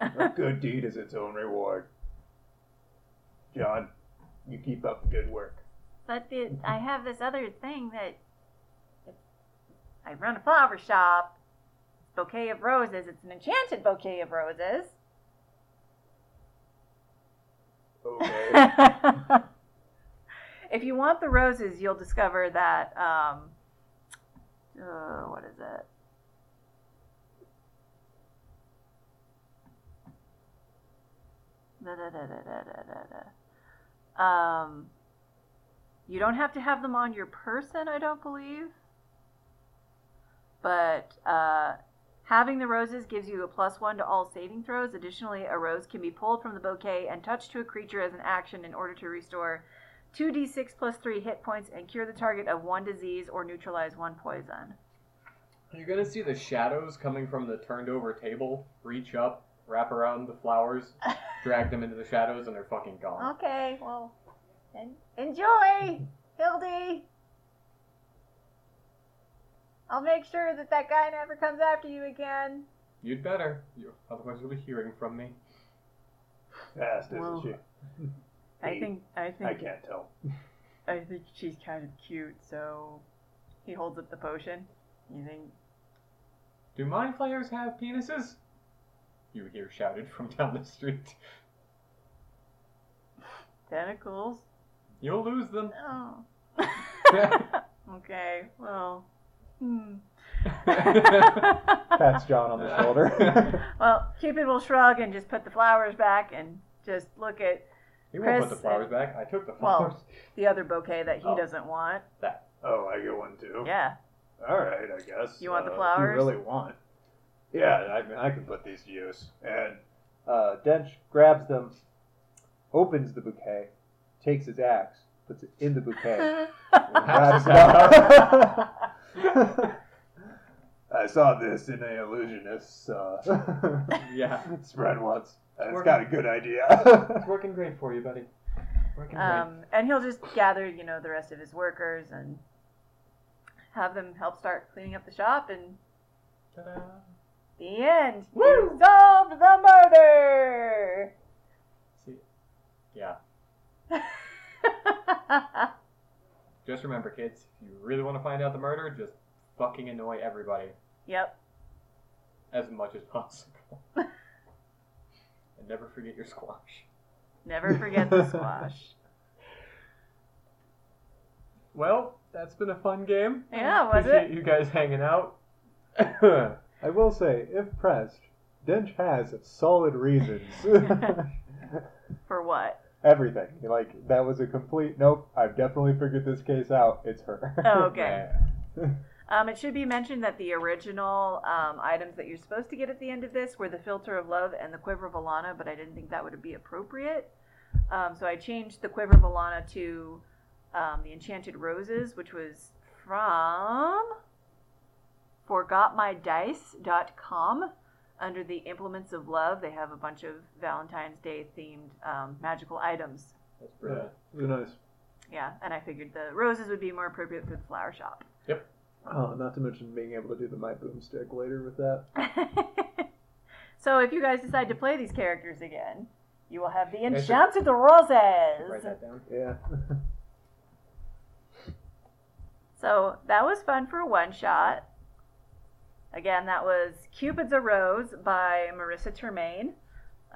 A good deed is its own reward. John, you keep up the good work. But the, I have this other thing that I run a flower shop. Bouquet of roses. It's an enchanted bouquet of roses. Okay. If you want the roses, you'll discover that. Um, uh, what is it? Da, da, da, da, da, da, da, da. Um, you don't have to have them on your person, I don't believe. But uh, having the roses gives you a plus one to all saving throws. Additionally, a rose can be pulled from the bouquet and touched to a creature as an action in order to restore 2d6 plus 3 hit points and cure the target of one disease or neutralize one poison. You're gonna see the shadows coming from the turned over table, reach up, wrap around the flowers, drag them into the shadows, and they're fucking gone. Okay, well, en- enjoy, Hildy. I'll make sure that that guy never comes after you again. You'd better. You, otherwise, you'll be hearing from me. Fast, isn't Well, she? I think I think I can't tell. I think she's kind of cute, so he holds up the potion. You think Do mind flayers have penises? You hear shouted from down the street. tentacles? You'll lose them. Oh. okay, well. Hmm. Pats John on the shoulder. well, Cupid will shrug and just put the flowers back and just look at He won't put Chris the flowers and- back. I took the Well- flowers. the other bouquet that he Oh. doesn't want. Oh, I get one too. Yeah. All right, I guess. You want the Uh, flowers? You really want? Yeah, I mean, I can put these to use. And Uh, Dench grabs them, opens the bouquet, takes his axe, puts it in the bouquet. Perhaps grabs it up. I saw this in a illusionist uh, yeah. spread once. And it's Working. got a good idea. It's working great for you, buddy. Working great. Um, and he'll just gather, you know, the rest of his workers and have them help start cleaning up the shop and Ta-da. the end. You solved the murder. See? Yeah. Just remember, kids, if you really want to find out the murder, just fucking annoy everybody yep. as much as possible. and never forget your squash. Never forget the squash. Well, that's been a fun game. Yeah, was Appreciate it? you guys hanging out. yeah, I will say, if pressed, Dench has solid reasons. For what? Everything. Like, that was a complete nope. I've definitely figured this case out. It's her. Oh, okay. Um, it should be mentioned that the original um, items that you're supposed to get at the end of this were the Filter of Love and the Quiver of Alana, but I didn't think that would be appropriate. Um, so I changed the Quiver of Alana to um, the Enchanted Roses, which was from ForgotMyDice.com. Under the Implements of Love, they have a bunch of Valentine's Day themed um, magical items. that's brilliant. Who knows? Yeah, and I figured the roses would be more appropriate for the flower shop. Oh, not to mention being able to do the My Boomstick later with that. so if you guys decide to play these characters again, you will have the should- enchanted Write roses. that down. Yeah. So that was fun for one shot. Again, that was Cupid's a Rose by Marissa Termaine.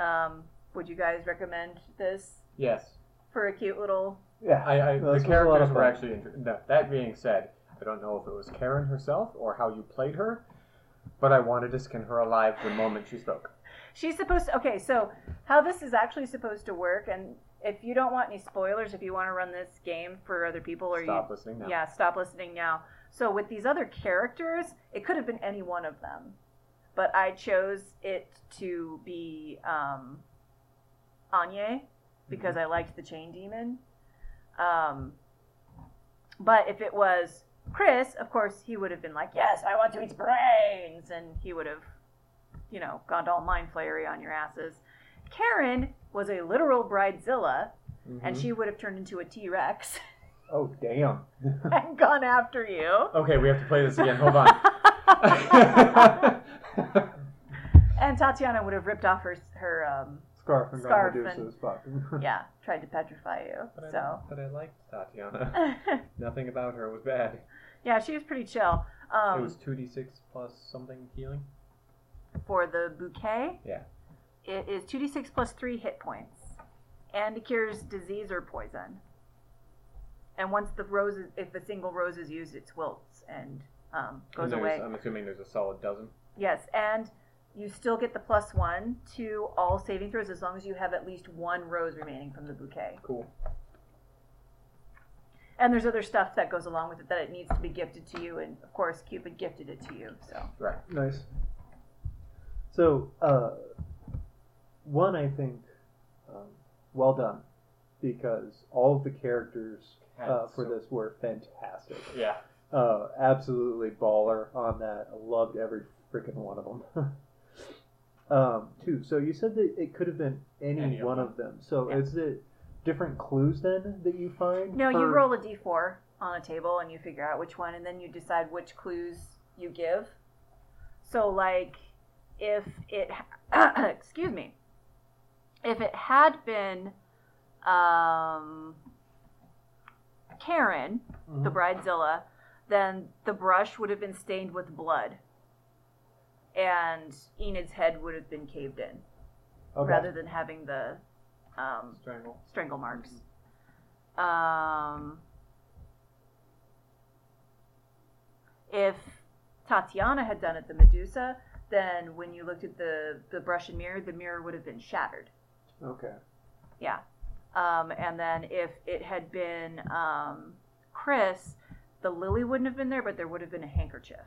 Um, would you guys recommend this Yes. for a cute little? Yeah. I, I, This the was a lot characters of were fun. actually inter- no, that being said, I don't know if it was Karen herself or how you played her, but I wanted to skin her alive the moment she spoke. She's supposed to. Okay, so how this is actually supposed to work, and if you don't want any spoilers, if you want to run this game for other people, or you Stop listening now. Yeah, stop listening now. So with these other characters, it could have been any one of them, but I chose it to be um, Anya because I liked the Chain Demon. Um, but if it was Chris, of course he would have been like, "Yes, I want to eat brains," and he would have, you know, gone all mind flayery on your asses. Karen was a literal bridezilla, Mm-hmm. and Mm-hmm. she would have turned into a T Rex Oh, damn. and gone after you. Okay, we have to play this again. Hold on. and Tatiana would have ripped off her her um Scarf and Scarf Scarf and- Medusa's fucking. yeah, tried to petrify you. but, I, So but I liked Tatiana. Nothing about her was bad. yeah, she was pretty chill. it Um was 2d6 plus something healing. for the bouquet. Yeah. It is two D six plus three hit points. And it cures disease or poison. and once the rose, is, if a single rose is used, it wilts and um, goes And there's- away. I'm assuming there's a solid dozen. Yes, and you still get the plus one to all saving throws as long as you have at least one rose remaining from the bouquet. Cool. And there's other stuff that goes along with it that it needs to be gifted to you, and of course Cupid gifted it to you. So Right. Nice. So, uh, one, I think, um, well done, because all of the characters uh, for this were fantastic. Yeah. Uh, absolutely baller on that. I loved every freaking one of them. um, two, so you said that it could have been any, Any of one them. of them. So, Yeah. is it different clues then that you find? no, you per- roll a d4 on a table and you figure out which one, and then you decide which clues you give. So like, if it, excuse me, if it had been, um, Karen, the Mhm. bridezilla, then the brush would have been stained with blood. And Enid's head would have been caved in Okay. rather than having the um, Strangle. strangle marks. Um, if Tatiana had done it, the Medusa, then when you looked at the, the brush and mirror, the mirror would have been shattered. Okay. Yeah. Um, and then if it had been um, Chris, the lily wouldn't have been there, but there would have been a handkerchief.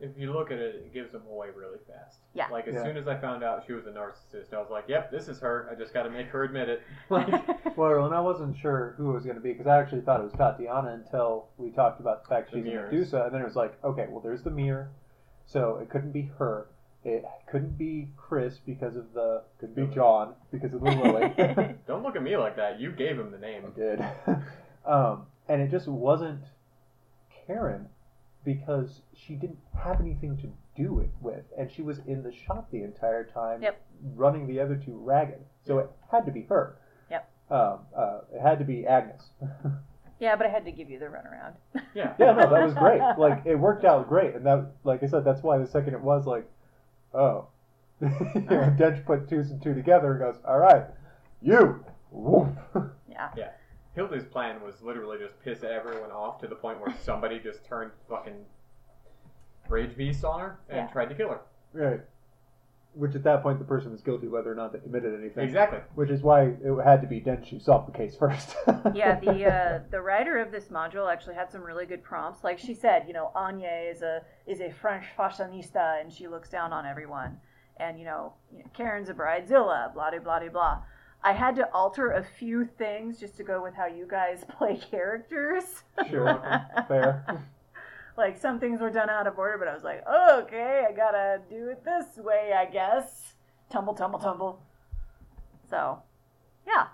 If you look at it, it gives them away really fast. Yeah. Like as Yeah. soon as I found out she was a narcissist, I was like, "Yep, this is her. I just got to make her admit it." Well, and I wasn't sure who it was going to be because I actually thought it was Tatiana until we talked about the fact The she's a mirrors. Medusa, and then it was like, okay, well, there's the mirror, so it couldn't be her. It couldn't be Chris because of the. Could be Lily. John because of the lily. I Don't look at me like that. You gave him the name. did. um, and it just wasn't Karen because she didn't have anything to do it with, and she was in the shop the entire time, Yep. running the other two ragged. So it had to be her. Yep. Um, uh, it had to be Agnes. yeah, but I had to give you the runaround. Yeah. Yeah, no, that was great. Like it worked out great, and that, like I said, that's why the second it was like, oh, you Uh-huh. know, Dench put two and two together and goes, all right, you, Whoop. Yeah. Hilda's plan was literally just piss everyone off to the point where somebody just turned fucking rage beast on her and Yeah. tried to kill her. right. Which at that point the person was guilty whether or not they committed anything. Exactly. Which is why it had to be Dench who solved the case first. Yeah, the uh, the writer of this module actually had some really good prompts. Like she said, you know, Anya is a is a French fashionista and she looks down on everyone. And you know, Karen's a bridezilla, blah de blah de blah. I had to alter a few things just to go with how you guys play characters. sure, fair. like some things were done out of order, but I was like, oh, okay, I gotta do it this way, I guess. Tumble, tumble, tumble. So, yeah,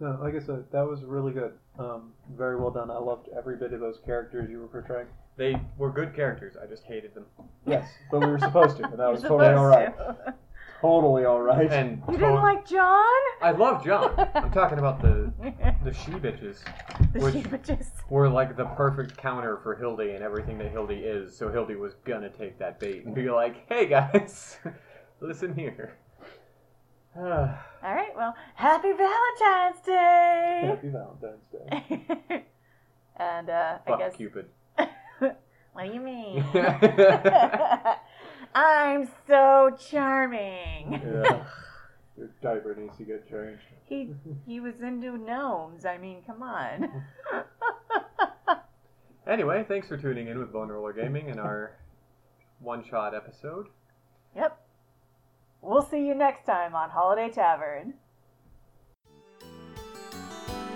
No, like I said, that was really good. Um, very well done. I loved every bit of those characters you were portraying. They were good characters. I just hated them. Yes, but we were supposed to, and that you're was totally all right. supposed to. Totally all right. And You didn't like John? I love John. I'm talking about the the she bitches the Which- sheepages. were like the perfect counter for Hildy and everything that Hildy is. So Hildy was gonna take that bait and be like, "Hey guys, listen here." All right, well, happy Valentine's Day! Happy Valentine's Day. and uh, I Fuck guess. Cupid. What do you mean? I'm so charming. Yeah. Your diaper needs to get changed. He he was into gnomes. I mean, come on. Anyway, thanks for tuning in with Bone Roller Gaming and our one-shot episode. Yep. We'll see you next time on Holiday Tavern.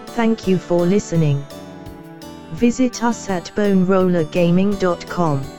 Thank you for listening. Visit us at bonerollergaming.com.